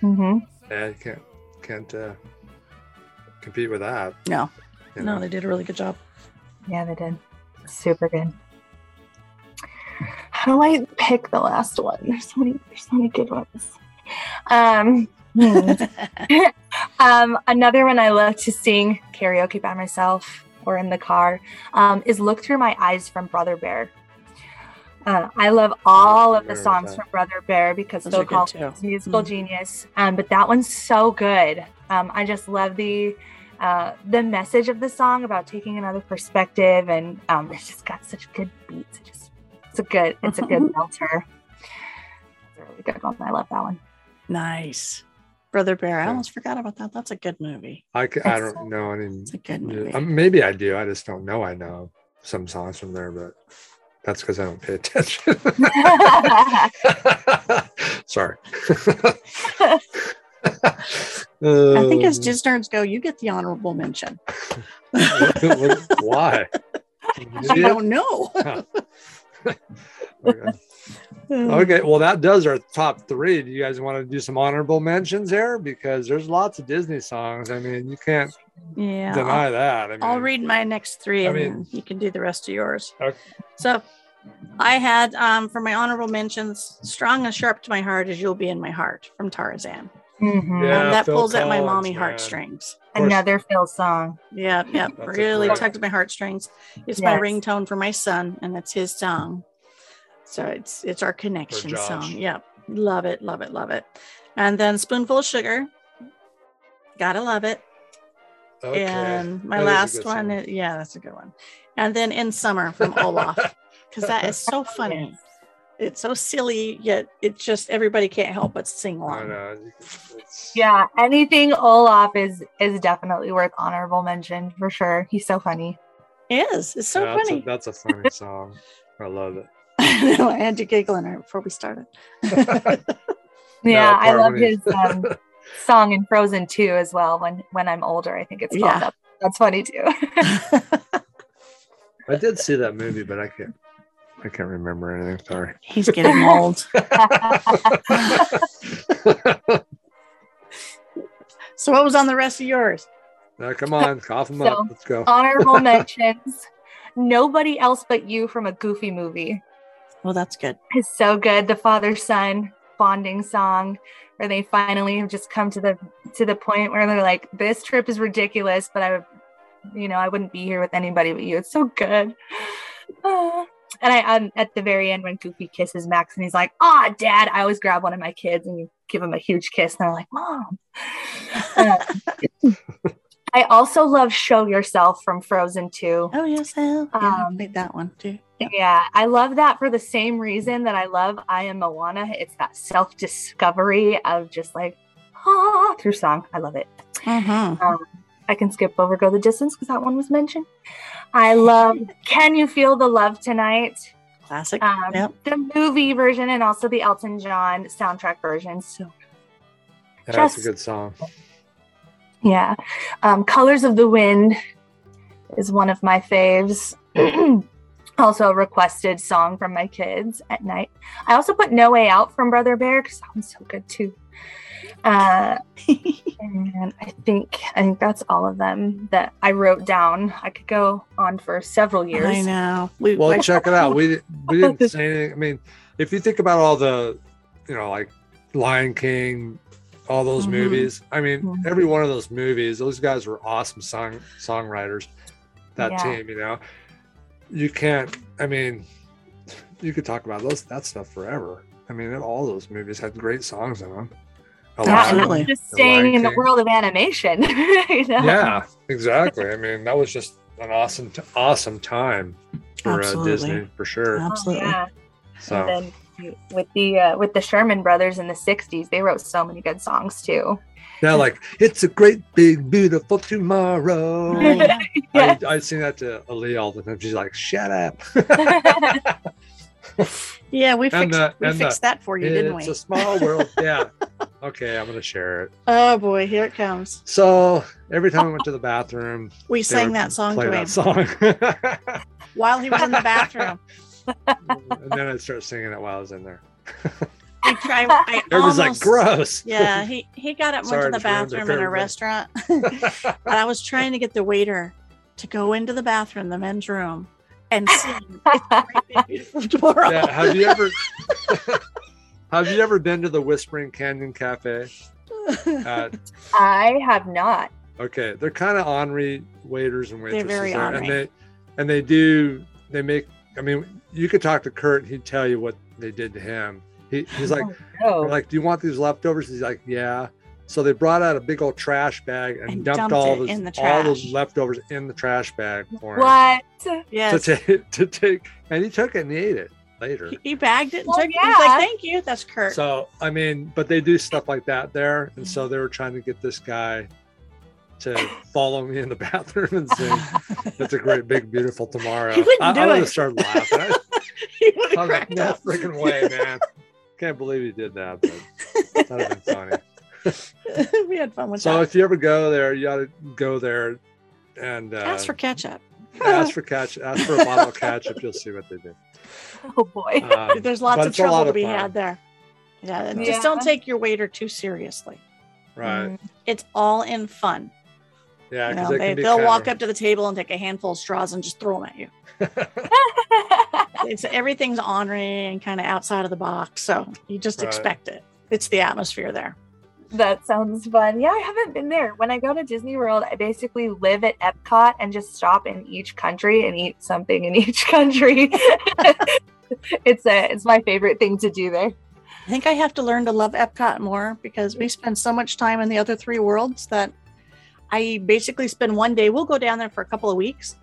C: hmm
A: yeah, you can't can't uh, compete with that.
B: No.
A: you
B: No,
A: know.
B: they did a really good job.
C: Yeah, they did. Super good. How do I pick the last one? There's so many, there's so many good ones. Um, hmm. um, another one I love to sing karaoke by myself or in the car um, is "Look Through My Eyes" from Brother Bear. Uh, I love all of the
A: Remember
C: songs
A: that.
C: from Brother Bear because
B: Those
C: Phil
B: are good
C: Collins
B: too.
C: is a musical
B: Mhm.
C: genius. Um, but that one's so good. Um, I just love the uh, the message of the song about taking another perspective, and um, it's just got such good beats. It just it's a good it's a good melter. It's a really good one. I love that one.
B: Nice. Brother Bear. I
A: Yeah.
B: almost forgot about that. That's a good movie.
A: I, ca- I
C: That's-
A: don't know any.
B: It's a good
A: yeah,
B: movie.
A: um, maybe I do. I just don't know. I know some songs from there, but that's because I don't pay attention. Sorry.
B: I think
A: Uh,
B: as Diz nerds go, you get the honorable mention.
A: Why?
B: I don't know.
A: Okay. Okay, well, that does our top three. Do you guys want to do some honorable mentions here? Because there's lots of Disney songs. I mean, you can't
B: Yeah. I'll,
A: deny that. I mean,
B: I'll read my next three
A: I
B: and
A: mean-
B: then you can do the rest of yours.
A: Okay.
B: So I had um, for my honorable mentions, strong and sharp to my heart as you'll be in my heart from Tarzan.
C: Mhm.
A: Yeah,
B: um, that
A: Phil
B: pulls at my
A: Collins,
B: mommy
A: man.
B: heartstrings.
A: course.
C: Another Phil song.
B: Yeah, yeah,
A: That's a
B: really
A: great-
B: tugged at my heartstrings. It's my
C: Yes.
B: ringtone for my son, and it's his song. So it's it's our connection
A: Josh.
B: song. Yep, love it, love it, love it. And then spoonful of sugar, gotta love it.
A: Okay.
B: And my
A: That is a
B: last
A: good
B: one,
A: song.
B: is- yeah, that's a good one. And then in summer from Olaf, because that is so funny. It's so silly, yet it's just everybody can't help but sing
A: I
B: along.
A: know. uh, It's-
C: Yeah, anything Olaf is is definitely worth honorable mention for sure. He's so funny.
B: It is. It's so
A: yeah, that's a-
B: funny.
A: That's a, funny song. I love it.
B: I know, I had you giggling right before we started.
C: Yeah, I
A: part
C: love
A: when he-
C: his um, song in Frozen too as well. When when I'm older, I think it's called
B: Yeah.
C: up That's funny too.
A: I did see that movie, but I can't. I can't remember anything. Sorry.
B: He's getting old. so, what was on the rest of yours?
A: Now, come on, cough them up.
C: So-
A: Let's go.
B: uh,
C: Honorable mentions. Nobody else but you from a goofy movie
B: Well, that's good.
C: is so good. The father son bonding song where they finally have just come to the to the point where they're like, this trip is ridiculous, but I would you know, I wouldn't be here with anybody but you. It's so good. Ah. and I um, at the very end when Goofy kisses Max and he's like, "Ah, Dad!" I always grab one of my kids and give him a huge kiss, and they're like, "Mom." Um, I also love "Show Yourself" from Frozen Two.
B: Oh, yes, I have. Yeah, I
C: Um,
B: played that one too. Yep.
C: Yeah, I love that for the same reason that I love I Am Moana. It's that self discovery of just like, ah, through song. I love it.
B: Mhm.
C: I can skip over Go the Distance because that one was mentioned. I love Can You Feel the Love Tonight?
B: Classic.
C: Um,
B: yep.
C: The movie version and also the Elton John soundtrack version. So,
A: Yeah, that's a
C: just-
A: good song.
C: yeah. Um, Colors of the Wind is one of my faves. also, a requested song from my kids at night. I also put No Way Out from Brother Bear because that one's so good too. Uh, And I think I think that's all of them that I wrote down. I could go on for several years.
B: I know. We,
A: Well,
B: I-
A: check it out. We we didn't say anything. I mean, if you think about all the, you know, like Lion King, all those
B: Mhm.
A: movies. I mean,
C: Mhm.
A: every one of those movies. Those guys were awesome song songwriters. That
C: Yeah.
A: team, you know, you can't. I mean, you could talk about those that stuff forever. I mean, all those movies had great songs in them. A lot of
C: Yeah, and
A: them.
B: Absolutely.
C: I'm just
A: The
C: staying
A: Lion
C: in the
A: King.
C: world of animation. you know?
A: yeah exactly i mean that was just an awesome t- awesome time for uh,
B: Absolutely.
A: disney for sure
C: Oh,
B: Absolutely.
C: yeah.
A: so
C: And then with the uh, with the Sherman brothers in the '60s, they wrote so many good songs too.
A: now like it's a great big beautiful tomorrow
B: Oh, yeah.
A: I, I sing that to ali all the time she's like shut up
B: Yeah, we
A: And
B: fixed,
A: the-
B: we
A: and the-
B: fixed that for you, didn't we?
A: it's a small world yeah okay i'm gonna share it
B: Oh boy, here it comes.
A: so every time i went to the bathroom
B: We
A: they
B: sang
A: would
B: that song
A: play
B: to him
A: that song
B: while he was in the bathroom.
A: and then i'd start singing it while i was in there
B: I tried. I
A: everybody's like
B: almost,
A: gross
B: Yeah, he he got up, and went
A: Sorry
B: to the
A: to ruin the
B: bathroom in a
A: third one.
B: restaurant, and I was trying to get the waiter to go into the bathroom, the men's room, and sing "It's a Great Big Beautiful Tomorrow."
A: yeah, have you ever have you ever been to the Whispering Canyon Cafe? At,
C: I have not.
A: okay, they're kind of ornery waiters and
B: They're
A: waitresses,
B: very
A: there, and
B: ornery.
A: they and they do they make. I mean, you could talk to Kurt; he'd tell you what they did to him. He, he's like,
C: Oh,
A: like, do you want these leftovers? He's like, yeah. So they brought out a big old trash bag and,
B: And
A: dumped,
B: dumped
A: all
B: it
A: those
B: in the
A: all those
B: trash.
A: leftovers in the trash bag for him
C: what?
A: to
B: yes.
A: take to take, and he took it and he ate it later.
B: He, he bagged it and
C: Well,
B: took it. He's like,
C: yeah.
B: "Thank you, that's Kurt."
A: So I mean, but they do stuff like that there, and
B: Mm-hmm.
A: so they were trying to get this guy to follow me in the bathroom and sing "It's a Great Big Beautiful Tomorrow."
B: He wouldn't
A: I,
B: do
A: I would
B: it.
A: have started laughing. I,
B: he would
A: I was like,
B: have cracked
A: "No
B: up.
A: freaking way, man! Can't believe he did that." But that'd have been funny.
B: we had fun with
A: So
B: that.
A: if you ever go there, you ought to go there and uh,
B: Ask for ketchup.
A: ask for catch, ask for a bottle of ketchup. You'll see what they do.
C: Oh boy.
A: Um,
B: There's
A: but
B: lots of
A: it's a lot
B: trouble to
A: of
B: be
A: fun.
B: had there. Yeah, and
C: Yeah.
B: just don't take your waiter too seriously.
A: right?
B: It's all in fun.
A: Yeah,
B: you
A: because
B: know,
A: they
B: they,
A: can be
B: they'll
A: kinda-
B: walk up to the table and take a handful of straws and just throw them at you.
C: Mm.
B: It's everything's ornery and kind of outside of the box, so you just
A: Right.
B: expect it. It's the atmosphere there.
C: That sounds fun. Yeah, I haven't been there. When I go to Disney World, I basically live at Epcot and just stop in each country and eat something in each country. it's a it's my favorite thing to do there.
B: I think I have to learn to love Epcot more because we spend so much time in the other three worlds that I basically spend one day. We'll go down there for a couple of weeks,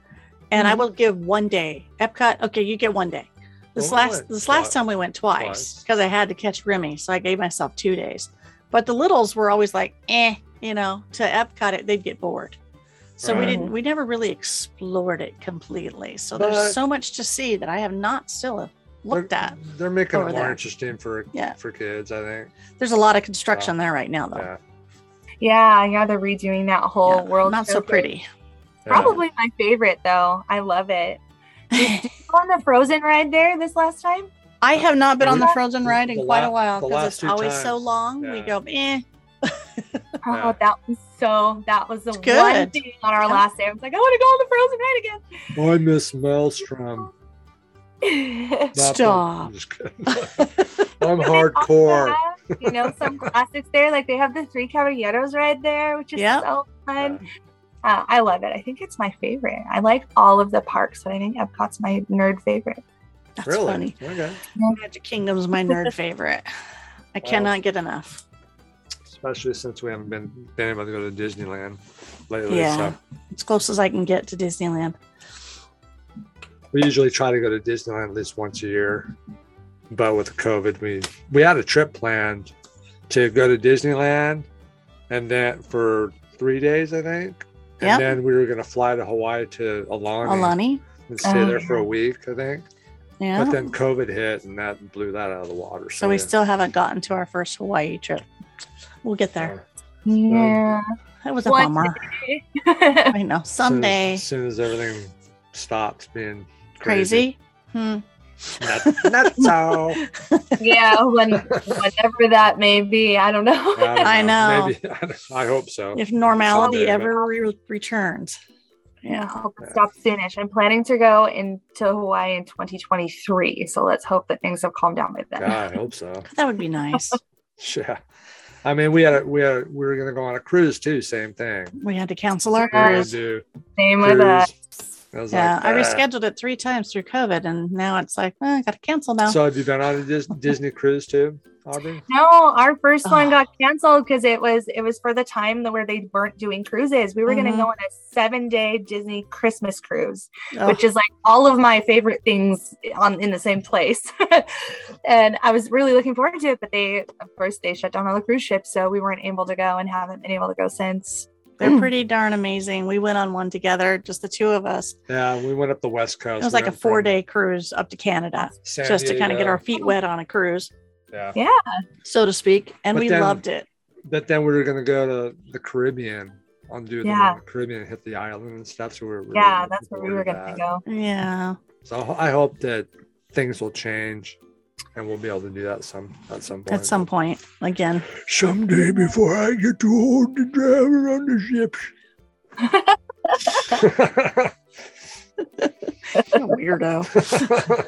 B: and I
A: Mm-hmm.
C: Mhm.
B: will give one day Epcot. Okay, you get one day. This
A: Oh,
B: last
A: really?
B: this last
A: Twice.
B: time we went twice
A: Twice.
B: because I had to catch Remy, so I gave myself two days. But the littles were always like, eh, you know, to Epcot, it, they'd get bored. So we
A: Right.
B: didn't. We never really explored it completely. So
A: But-
B: there's so much to see that I have not still looked
A: they're,
B: at.
A: They're making it
B: over
A: more
B: there.
A: interesting for
B: Yeah.
A: for kids, I think.
B: There's a lot of construction there right now, though.
A: Yeah.
C: Yeah, yeah, they're redoing that whole
B: Yeah,
C: world.
B: not so
C: showcase.
B: pretty
C: Probably my favorite though. I love it. on the frozen ride there this last time?
B: I have not been on the frozen ride in
A: The
B: quite a
A: la-
B: while
A: the
B: because
A: last
B: it's
A: two
B: always so
A: times.
B: long. We
A: Yeah.
B: go, eh.
A: Yeah.
C: Oh, that was so that was the
B: It's good.
C: one thing on our
B: Yeah.
C: last day. I was like, I want to go on the frozen ride again.
A: I miss Maelstrom.
C: They
A: Not the-
B: Stop.
A: I'm just kidding. I'm hardcore.
C: also have, you know, some classics there. Like they have the Three Caballeros ride there, which is
B: Yep.
C: so fun.
A: Yeah.
C: Uh, I love it. I think it's my favorite. I like all of the parks, but I think Epcot's my nerd favorite.
B: That's
A: really?
B: funny.
A: Okay.
B: Magic Kingdom's my nerd favorite. I
A: Wow.
B: cannot get enough.
A: Especially since we haven't been, been able to go to Disneyland lately.
B: Yeah.
A: So
B: It's close as I can get to Disneyland.
A: we usually try to go to Disneyland at least once a year. But with COVID, we we had a trip planned to go to Disneyland and then for three days, I think. And
B: Yeah.
A: then we were going to fly to Hawaii to Alani
B: Alani.
A: and stay
C: Oh,
A: there for a
C: yeah.
A: week, I think.
B: Yeah.
A: But then COVID hit and that blew that out of the water.
B: Oh. so we
A: yeah.
B: still haven't gotten to our first Hawaii trip. We'll get there.
A: um,
C: Yeah.
B: That was a
C: One
B: bummer. I know. Someday.
A: As soon as, everything stops being crazy.
B: Crazy. Hmm.
A: Not, not so.
C: yeah, when, whenever that may be, I don't know.
A: I, don't
B: I know.
A: Maybe, I hope so.
B: If normality
A: Someday, but-
B: ever re- returns.
C: Yeah,
B: Yeah.
C: hope it stops soonish. I'm planning to go into Hawaii in 2023, so let's hope that things have calmed down by then.
A: God, I hope so.
B: That would be nice.
A: Yeah. I mean, we had a, we had a, we were gonna go on a cruise too. Same thing.
B: we had to cancel our
A: We were gonna
B: cruise.
A: do
C: Same with uh, us.
A: cruise. I was
B: Yeah,
A: like,
B: I
A: "Ah."
B: rescheduled it three times through COVID, and now it's like eh, I got to cancel now.
A: So have you been on a Dis- Disney cruise too, Aubrey?
C: No, our first one
B: Ugh.
C: got canceled because it was it was for the time that where they weren't doing cruises. We were going
B: Mhm.
C: to go on a seven day Disney Christmas cruise,
B: Oh,
C: which is like all of my favorite things on in the same place. and I was really looking forward to it, but they of course they shut down all the cruise ships, so we weren't able to go and haven't been able to go since.
B: they're pretty darn amazing. We went on one together, just the two of us.
A: Yeah, we went up the West Coast.
B: It was
A: We
B: like a
A: went from
B: four day cruise up to Canada,
A: San
B: just to kind of get
A: Diego.
B: our feet wet on a cruise,
A: Yeah.
B: so to speak. And
A: But
B: we
A: then-
B: loved it.
A: But then we were gonna go to the Caribbean on do the,
C: Yeah.
A: the Caribbean, hit the island and stuff. So we were really
C: yeah,
A: looking
C: that's where we
A: forward
C: were going to
A: that.
C: go.
B: Yeah.
A: So I hope that things will change, and we'll be able to do that some at some point.
B: At some point, again,
A: someday before I get too old to drive around the ships.
B: weirdo.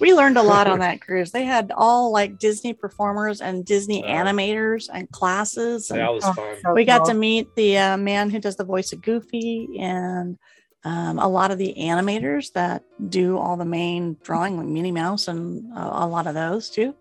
B: We learned a lot on that cruise. They had all like Disney performers and Disney
A: Yeah.
B: animators and classes. And
A: that was
C: Oh,
A: fun.
C: so
B: we got
C: cool.
B: to meet the uh, man who does the voice of Goofy and um, a lot of the animators that do all the main drawing, like Minnie Mouse and uh, a lot of those too.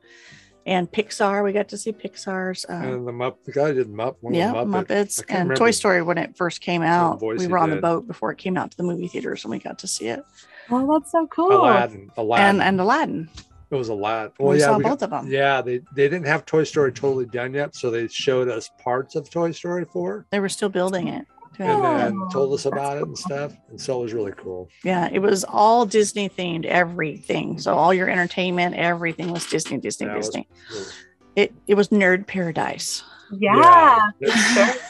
B: And Pixar, we got to see Pixar's. Um,
A: And the Mupp, the guy did Mupp, one
B: yeah,
A: of the Oh, Muppets.
B: Muppets
A: I can't
B: and
A: remember
B: Toy
A: his-
B: Story when it first came out.
A: voice
B: We
A: he
B: were on the
A: did.
B: boat before it came out to the movie theaters and we got to see it.
C: Oh, that's so cool.
A: Aladdin, Aladdin,
B: And and Aladdin.
A: it was Aladdin. Well,
B: we
A: yeah,
B: saw
A: we got-
B: both of them.
A: yeah, they they didn't have Toy Story totally done yet, so they showed us parts of Toy Story four,
B: They were still building it.
A: and uh,
B: Yeah.
A: then
C: Oh,
A: told us about
C: that's
A: it and stuff, and so it was really cool.
B: yeah, it was all Disney themed, everything. So all your entertainment, everything was Disney, Disney,
A: Yeah, it was
B: Disney.
A: Really-
B: it it was nerd paradise.
C: Yeah.
A: it,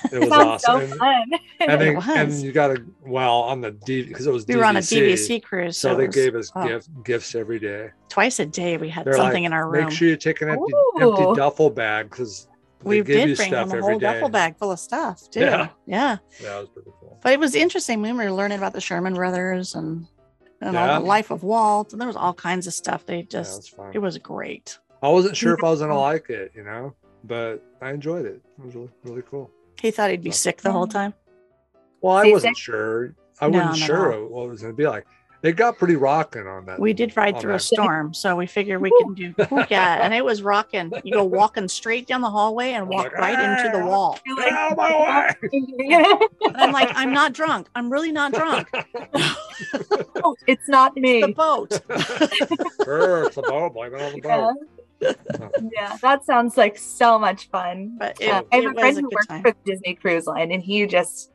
A: it was
C: Sounds
A: awesome.
C: so
A: And-
C: fun.
A: and,
B: It
A: then, and
B: was.
A: you got a well on the D because it was
B: We were on a DVC cruise,
A: so
B: it
A: they
B: was-
A: gave us
B: oh,
A: gift, gifts every day.
B: twice a day. We had
A: They're like,
B: something in our room.
A: Make sure you take an empty,
C: Ooh.
A: empty duffel bag because
B: we
A: give you
B: did bring
A: stuff
B: home a
A: every
B: whole
A: day.
B: duffel bag full of stuff too.
A: Yeah.
B: Yeah.
A: Yeah, that was pretty cool.
B: but it was interesting. We were learning about the Sherman Brothers and and
A: Yeah.
B: all the life of Walt, and there was all kinds of stuff. They
A: Yeah, it was
B: just
A: fun.
B: it was great.
A: I wasn't sure if I was gonna like it, you know, but I enjoyed it. It was really, really cool.
B: He thought he'd be sick the whole time.
A: Well, I
C: See,
A: wasn't sure. I
B: No,
A: wasn't
B: not at
A: sure what it was gonna be like. It got pretty rocking on that.
B: We did ride
A: on
B: through a
A: that-
B: storm, so we figured we can do yeah, and it was rocking. You go walking straight down the hallway and
A: I'm
B: walk
A: like,
B: right into the
A: "Ah."
B: wall.
C: You're
A: Get
C: like,
A: out of my
B: And I'm like, I'm not drunk. I'm really not drunk.
C: "No, Oh, it's not me.
B: The boat.
A: way! sure, it's a boat. Blame it on the
C: Yeah.
A: boat.
C: yeah, that sounds like so much fun.
B: But it,
C: Yeah, I have
B: it
C: a
B: was
C: friend
B: a
C: who
B: good
C: works
B: time.
C: for the Disney Cruise Line, and he just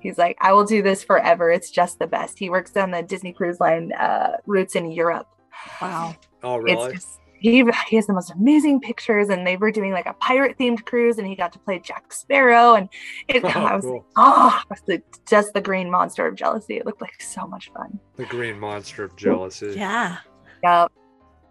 C: he's like, I will do this forever. It's just the best. He works on the Disney Cruise Line uh, routes in Europe.
B: Wow.
A: Oh, really?
C: It's just he he has the most amazing pictures, and they were doing like a pirate themed cruise, and he got to play Jack Sparrow, and it
A: Oh,
C: I was
A: cool.
C: like, oh, I was like, just the green monster of jealousy. It looked like so much fun.
A: The green monster of jealousy.
B: Yeah.
C: Yeah,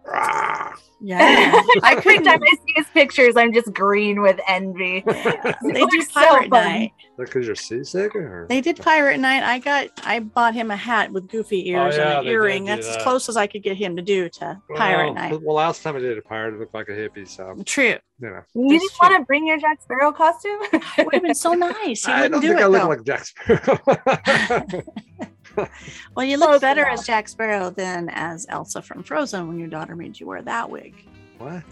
A: Rah.
B: Yeah.
C: every time I see his pictures, I'm just green with envy.
B: they
C: It
B: do
C: was so
B: pirate
C: fun.
B: night.
A: Because you're seasick, or
B: They did pirate night. I got I bought him a hat with goofy ears
A: Oh, yeah,
B: and
A: they
B: an
A: did
B: earring.
A: do
B: That's as
A: that.
B: close as I could get him to do to pirate
A: well,
B: night.
A: Well, last time I did a pirate, it looked like a hippie. So
B: True.
A: you know,
C: You
B: That's
C: just
B: true.
C: want to bring your Jack Sparrow costume?
B: It would have been so nice. He
A: I don't
B: wouldn't do
A: think
B: it
A: I look
B: though.
A: like Jack Sparrow.
B: well, you look
C: Close
B: better
C: enough.
B: as Jack Sparrow than as Elsa from Frozen when your daughter made you wear that wig.
A: what?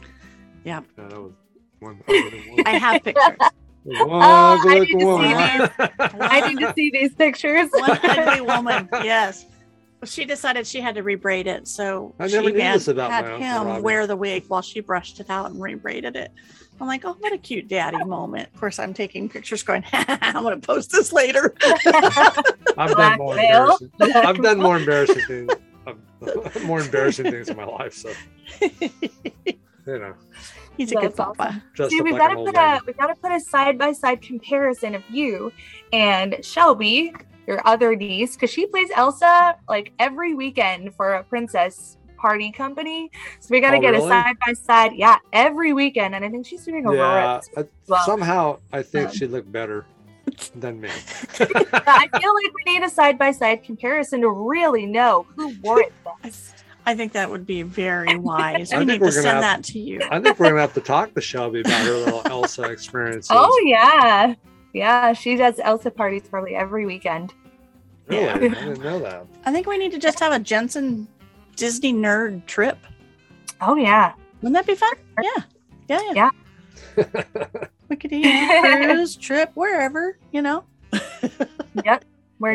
B: Yeah.
A: No, that was one. ugly woman.
B: I have pictures.
A: One
C: Oh, I
A: ugly
C: need to see
A: woman.
C: I need to see these pictures.
B: One ugly woman. Yes. Well, she decided she had to rebraid it, so
A: I
B: she
A: never knew
B: had,
A: this about
B: had
A: my Uncle
B: him
A: Robin.
B: wear the wig while she brushed it out and rebraided it. I'm like, oh, what a cute daddy moment. Of course, I'm taking pictures, going, I'm going to post this later.
A: I've done more
C: Blackmail.
A: embarrassing. I've done more embarrassing things. I've- more embarrassing things in my life. So you know,
B: He's a good
C: That's awesome.
B: papa.
A: just
C: See,
A: look
C: we've
A: like
C: got
A: an
C: to
A: old
C: put
A: lady.
C: a we've got to put a side by side comparison of you and Shelby, your other niece, because she plays Elsa like every weekend for a princess party company. So we got to
A: Oh,
C: get
A: really?
C: a side by side, yeah, every weekend. And I think she's doing Aurora.
A: Yeah,
C: as
A: I-
C: well.
A: somehow I think
C: Um,
A: she looked better than me.
C: But I feel like we need a side by side comparison to really know who wore it best.
B: I think that would be very wise.
A: I
B: we
A: think
B: need to
A: we're gonna
B: send
A: have-
B: that to you.
A: I think we're gonna have to talk to Shelby about her little Elsa experiences.
C: oh yeah, yeah. She does Elsa parties probably every weekend.
A: really?
B: yeah.
A: I didn't know that.
B: I think we need to just have a Jensen Disney nerd trip.
C: Oh yeah.
B: Wouldn't that be fun? Yeah. Yeah. Yeah.
C: Yeah.
B: We could even cruise, trip, wherever, you know.
C: yep where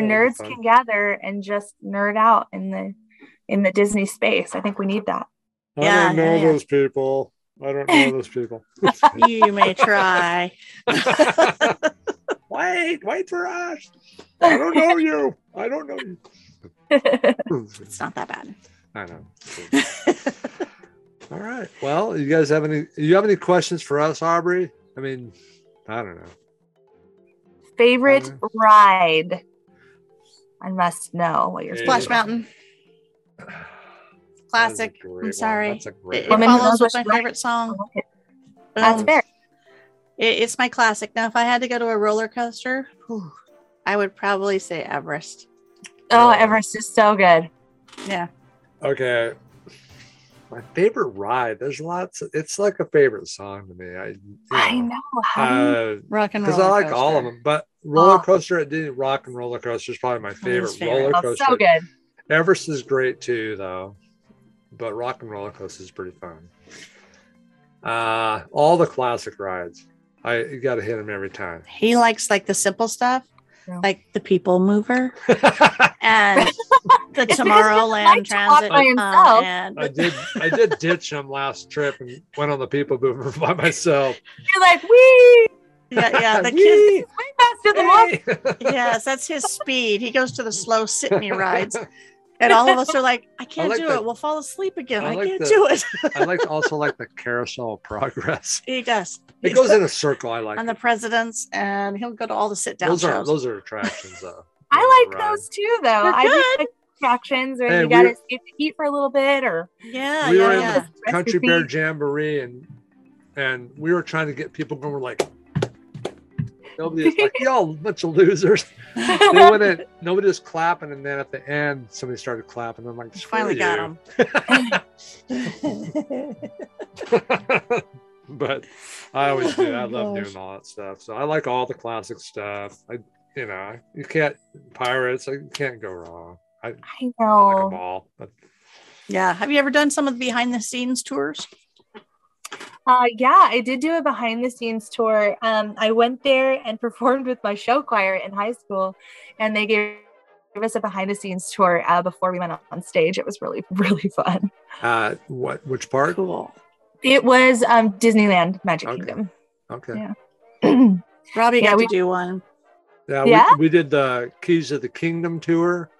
A: That'll be
C: nerds
A: fun.
C: can gather and just nerd out in the in the disney space i think we need that
A: I
B: Yeah,
A: don't know
B: yeah, yeah.
A: those people. I don't know those people.
B: You may try.
A: wait, wait for us. I don't know you. I don't know you.
B: It's not that bad.
A: I know. All right. Well, you guys have any? You have any questions for us, Aubrey? I mean, I don't know.
C: favorite
A: Uh-huh.
C: ride i must know what you're
A: Yeah.
B: Splash
C: saying.
B: Mountain, classic.
A: That is a great one.
B: sorry.
A: That's a
B: It, it
A: great.
C: Woman
A: one.
C: Who
B: follows with
C: Knows What's
B: my
C: Right.
B: favorite song.
C: Okay, that's
B: Boom.
C: fair
B: It, it's my classic. Now, if I had to go to a roller coaster, whew, I would probably say Everest.
C: oh
A: Yeah.
C: everest is so good
B: Yeah.
A: Okay. My favorite ride. There's lots. Of, it's like a favorite song to me. I. you
C: i know how do you-
A: Uh,
B: Rock and roll.
A: because I like all of them. But roller
C: Oh.
A: coaster at Disney, rock and roller coaster is probably my favorite
B: favorite.
A: roller
C: oh,
A: coaster.
C: so good
A: Everest is great too, though. But rock and roller coaster is pretty fun. Uh, all the classic rides, I you got to hit them every time.
B: He likes like the simple stuff,
C: Yeah.
B: like the people mover
A: I
B: and the
C: because he likes
B: Tomorrowland
C: to walk
B: transit.
C: by
B: um,
C: himself.
B: and-
A: did. I did ditch them last trip and went on the people mover by myself.
C: you're like we
B: yeah, yeah, the kid.
A: Whee!
C: way faster than walking
A: Hey!
B: Yes, that's his speed. He goes to the slow sit me rides, and all of us are like, "I can't
A: like
B: do
A: the-
B: it. We'll fall asleep again.
A: I
B: I,
A: like
B: can't
A: the-
B: do it."
A: I like also like the carousel of progress.
B: he does.
A: It
B: He
A: goes in a circle. I like.
B: on
A: it.
B: the presidents, and he'll go to all the sit down
A: those
B: shows.
A: are those are attractions though.
C: i like
A: Rides.
C: those too though
B: They're
C: i just like attractions where
A: Hey,
C: you gotta
A: we-
C: see if you eat for a little bit or
B: yeah,
A: we
B: yeah,
A: were in
B: yeah.
C: Rest
A: country
C: your
A: bear
C: feet.
A: jamboree and and we were trying to get people going we're like nobody was like y'all bunch of losers they wouldn't nobody was clapping and then at the end somebody started clapping i'm like "Screw
B: Finally got
A: you."
B: him.
A: but i always do i
B: Oh,
A: love
B: gosh.
A: doing all that stuff so i like all the classic stuff i you know you can't pirates i you can't go wrong
C: i
A: I like them
C: know
A: all but
B: yeah. Have you ever done some of the behind the scenes tours?
C: Uh, yeah, I did do a behind the scenes tour. Um, I went there and performed with my show choir in high school, and they gave us a behind the scenes tour uh, before we went on stage. It was really, really fun.
A: uh what which part
B: Cool.
C: It was um, Disneyland Magic
A: Okay.
C: Kingdom.
A: okay
B: Robbie
C: Yeah,
B: got
C: we-
B: to do one.
A: Yeah,
C: Yeah?
A: We, we did the Keys of the Kingdom tour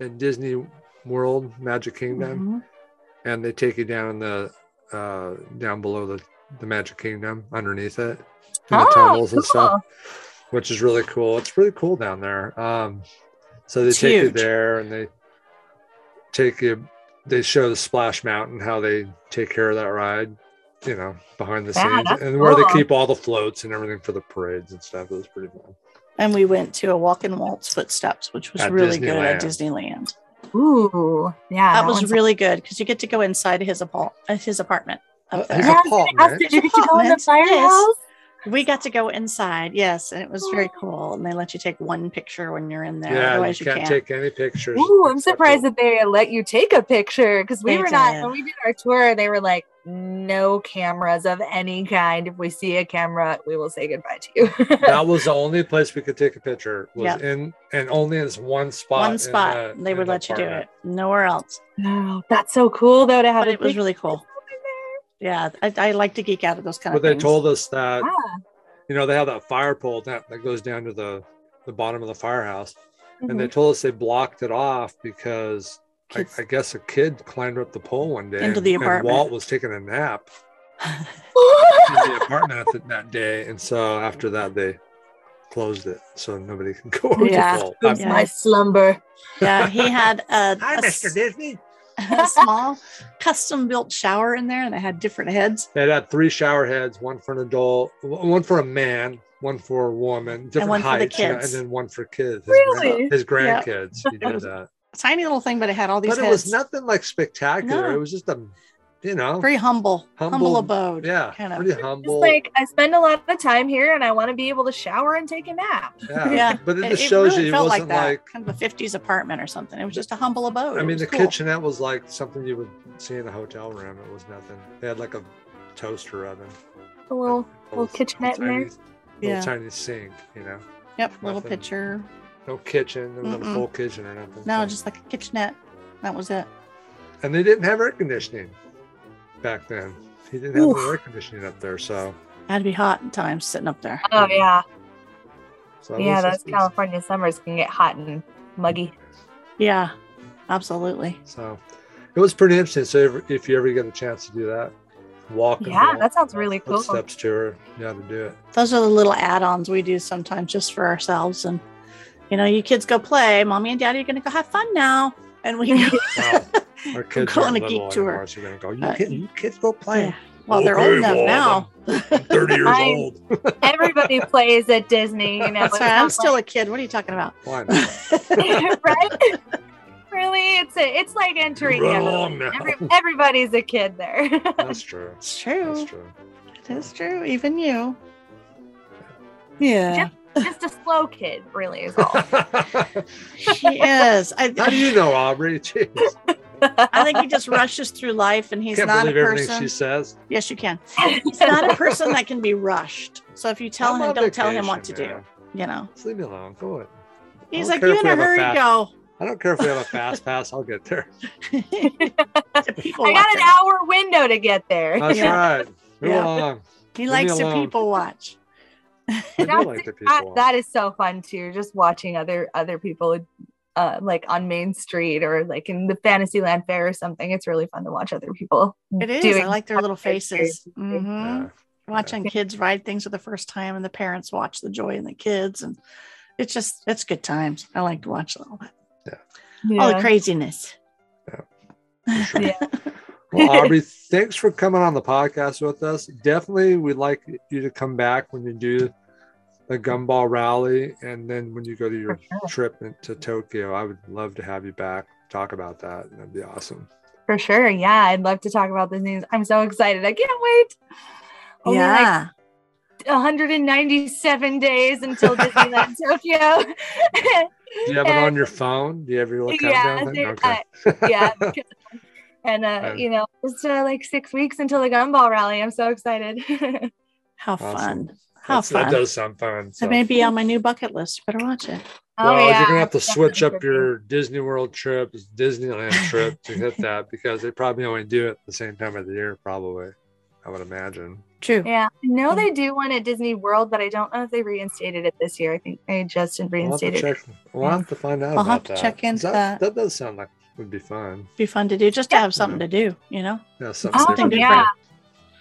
A: in Disney World Magic Kingdom,
B: Mhm.
C: Mm-hmm.
A: and they take you down in the uh, down below the, the Magic Kingdom, underneath it, through
C: Oh,
A: the tunnels and stuff, which is really cool. It's really cool down there. Um, so they
B: It's
A: take you
B: huge.
A: there and they take you. They show the Splash Mountain how they take care of that ride, you know, behind the
C: Yeah,
A: scenes,
C: that's
A: and where they
C: cool.
A: keep all the floats and everything for the parades and stuff. It was pretty fun.
B: And we went to a walk in waltz footsteps, which was
A: At
B: really good at Disneyland.
C: Ooh, yeah,
B: that was
C: one's-
B: really good because you get to go inside his apart- uh, his apartment.
A: Uh,
B: Up
A: his
B: there.
C: Yeah,
A: apartment.
C: Yes, did you get to go in the
B: Apartments, yes.
C: firehouse?
B: We got to go inside, yes, and it was very cool. And they let you take one picture when you're in there.
A: Yeah,
B: Otherwise,
A: you
B: you
A: can't,
B: can't.
A: take any pictures.
C: Ooh, I'm
A: except
C: surprised
A: for-
C: that they let you take a picture because we
B: They
C: were not
B: did.
C: when we did our tour. They were like, no cameras of any kind. If we see a camera, we will say goodbye to you.
A: that was the only place we could take a picture. Was
B: Yeah.
A: in and only in this one spot.
B: one
A: in
B: spot,
A: the-
B: they
A: in
B: would
A: the
B: let you do
A: apartment.
B: it. Nowhere else.
C: Wow, that's so cool though to have
B: But
C: a
B: it was
C: picture
B: really cool. Yeah, I, I like to geek out at those kind
A: But
B: of
A: they
B: things. Ah.
A: told us that
C: Yeah.
A: you know they have that fire pole that, that goes down to the the bottom of the firehouse, and they
C: Mhm.
A: told us they blocked it off because I,
B: Mm-hmm. Kids.
A: I guess a kid climbed up the pole one day
B: Into the
A: and-
B: apartment.
A: And Walt was taking a nap in the apartment th- that day, and so after that they closed it so nobody can go over
B: Yeah.
A: the pole.
C: It's my slumber.
B: yeah, he had a, a s-
A: Disney.
B: a small custom built shower in there, and it had different heads
A: It had three shower heads, one for an adult, w- one for a man, one for a woman, different
B: one for the
A: heights, you know,
B: kids.
A: and then one for kids. His,
C: Really?
A: his
B: Yeah.
A: grandkids. He
B: was
A: did that.
B: tiny little thing, but it had all these
A: But it
B: heads.
A: was nothing like spectacular.
B: No.
A: It was just a, you know,
B: Very humble, humble,
A: Humble,
B: abode.
A: yeah,
B: kind of.
A: pretty
C: Just
A: humble.
C: like I spend a lot of time here, and I want to be able to shower and take a nap.
A: yeah.
B: yeah,
A: but it, just shows you it
B: felt
A: wasn't
B: that,
A: like,
B: kind of a 50s apartment or something. It was just a humble abode.
A: I
B: It
A: mean,
B: was
A: the
B: cool.
A: kitchenette was like something you would see in a hotel room. It was nothing. They had like a toaster oven,
C: A little little kitchenette in there.
A: tiny,
B: Yeah.
A: little tiny sink, you know,
B: Yep, little
A: nothing.
B: picture.
A: no kitchen, there was no
B: Mm-mm.
A: full kitchen or nothing.
B: No,
A: So-
B: just like a kitchenette. That was it.
A: and they didn't have air conditioning back then. He didn't have
C: Oof.
A: no air conditioning up there, so
B: I'd be hot in times sitting up there.
C: Oh yeah,
A: so it
C: yeah.
A: was
C: Those
A: just- it's-
C: California summers can get hot and muggy.
B: Yeah, absolutely.
A: So it was pretty interesting. So if, if you ever get a chance to do that, walk. and
C: Yeah,
A: walk,
C: that sounds really cool.
A: Footsteps tour, you how to do it.
B: Those are the little add ons we do sometimes just for ourselves. And, you know, you kids go play. Mommy and daddy are going to go have fun now. And we go,
A: Wow. Our kids
B: go
A: are
B: on a
A: little
B: geek tour.
A: anymore, so they're gonna go. You,
B: Uh,
A: kid, you kids go play.
B: yeah. Well, they're old
A: Okay,
B: enough
A: Mom,
B: now.
A: I'm Thirty years
C: I'm-
A: old.
C: Everybody plays at Disney, you know.
B: That's
C: it's
B: right.
C: not
B: I'm
C: like-
B: still a kid. What are you talking about?
A: Why not?
C: right? really, it's a, it's like entering.
A: You're
C: heaven.
A: wrong now.
C: Every, everybody's a kid there.
A: That's true.
B: It's
A: That's
B: true.
A: true.
B: It is true. Even you. Yeah.
C: Just a slow kid, really, is all.
B: She is. I,
A: how do you know, Aubrey? Jeez,
B: I think he just rushes through life and he's
A: can't
B: not a
A: believe everything
B: person.
A: she says.
B: Yes, you can. He's not a person that can be rushed. So if you tell
A: I'm
B: him,
A: on
B: don't tell him what to
A: vacation,
B: do.
A: man.
B: You know,
A: Just leave me alone. Go ahead.
B: he's
A: don't
B: like,
A: care
B: you
A: if
B: in
A: we
B: a
A: have a
B: hurry,
A: fast-
B: go.
A: I don't care if we have a fast pass. I'll get there.
B: To people
C: I got
B: watcher.
C: an hour window to get there.
A: That's
B: Yeah.
A: right. Move
B: Yeah.
A: along.
B: He
A: me
B: likes to
A: alone.
B: people watch.
A: I do
C: That's-
A: like the people.
C: That, that is so fun too. Just watching other other people, uh, like on Main Street or like in the Fantasyland Fair or something. It's really fun to watch other people.
B: It is. I
C: doing-
B: like their little faces. Mhm.
A: Yeah.
B: Watching kids ride things for the first time, and the parents watch the joy in the kids, and it's just it's good times. I like to watch all that, all the
C: Yeah.
B: craziness.
A: for sure.
C: Yeah.
A: Well, Aubrey, thanks for coming on the podcast with us. Definitely, we'd like you to come back when you do the gumball rally, and then when you go to your
C: For sure.
A: trip in- to Tokyo, I would love to have you back talk about that. That'd be awesome.
C: For sure. Yeah. I'd love to talk about this news. I'm so excited. I can't wait. Only like
B: yeah.
C: 197 days until Disneyland Tokyo.
A: Do you have it on
C: And-
A: your phone? Do you have your little
C: yeah,
A: countdown thing?
C: there-
A: Okay.
C: uh, yeah. And uh,
A: Um,
C: you know, it's uh, like six weeks until the gumball rally. I'm so excited.
B: How
C: Oh,
A: Awesome.
B: fun. How
A: That's-
B: fun.
A: That does sound fun.
B: That
A: So.
B: may be on my new bucket list. Better watch it.
C: oh
A: well,
C: yeah,
A: you're gonna have to switch up
C: definitely.
A: your Disney World trip, Disneyland trip to hit that because they probably only do it the same time of the year, probably. I would imagine.
B: True.
C: Yeah, I
A: Hmm.
C: know they do one at Disney World, but I don't know if they reinstated it this year. I think they just
A: We'll have to
C: reinstated. it.
A: check. We'll have to find out.
B: I'll
A: about
B: have to
A: that.
B: check into
A: that. That does sound like would be fun.
B: Be fun to do just to have something to do, you know?
A: Yeah, something
C: Oh,
A: different.
C: yeah.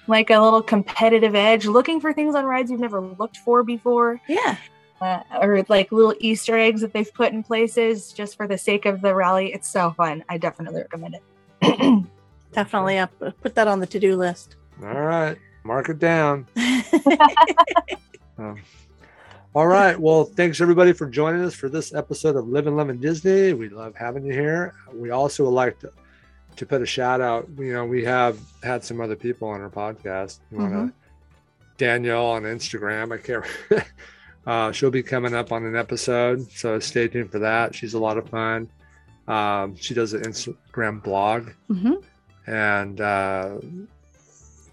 C: Like a little competitive edge, looking for things on rides you've never looked for before,
B: Yeah.
C: uh, or like little Easter eggs that they've put in places just for the sake of the rally. It's so fun. I definitely recommend it.
B: Definitely up, uh, put that on the to do list. Mm-hmm.
A: All right. Mark it down. Oh. All right. Well, thanks everybody for joining us for this episode of Live and Love in Disney. We love having you here. We also would like to, to put a shout out. You know, we have had some other people on our podcast. You want
B: Mm-hmm.
A: to Danielle on Instagram. I can't. uh, she'll be coming up on an episode, so stay tuned for that. She's a lot of fun. Um, she does an Instagram blog,
B: hmm
A: and uh,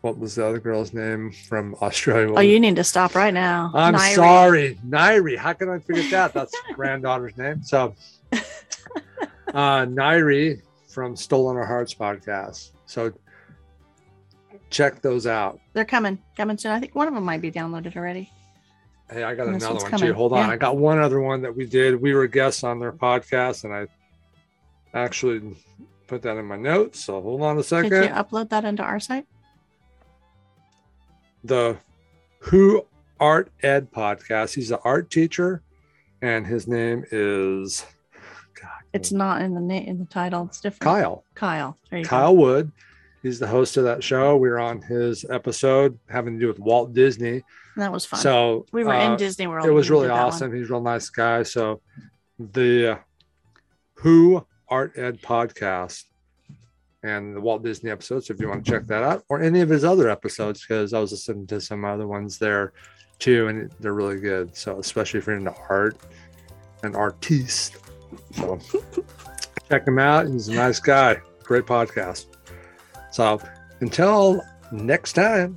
A: what was the other girl's name from Australia?
B: Oh, you need to stop right now.
A: I'm
B: Nairi.
A: sorry, Nairi. How can I forget that? That's granddaughter's name. So, uh, Nairi from Stolen Our Hearts podcast. So, check those out.
B: They're coming, coming soon. I think one of them might be downloaded already.
A: Hey, I got
B: This
A: another
B: one's
A: one too.
B: coming.
A: Hold on,
B: Yeah.
A: I got one other one that we did. We were guests on their podcast, and I actually put that in my notes. So hold on a
B: Did
A: second.
B: you upload that into our site?
A: the Who Art Ed podcast. He's an art teacher, and his name is God,
B: It's not in the na- in the title. It's different.
A: Kyle.
B: Kyle. There you
A: Kyle Wood. He's the host of that show. We were on his episode having to do with Walt Disney.
B: go. That was fun.
A: So
B: we were in
A: uh,
B: Disney World.
A: it was
B: when we
A: really
B: did that one.
A: awesome. He's a real nice guy. So the Who Art Ed podcast and the Walt Disney episodes, if you want to check that out, or any of his other episodes, because I was listening to some other ones there too, and they're really good. So especially if you're into art and artiste. So check him out. He's a nice guy. Great podcast. So until next time,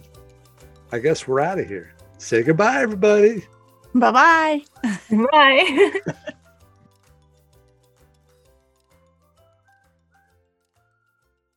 A: I guess we're out of here. Say goodbye, everybody.
B: Bye bye.
C: Bye.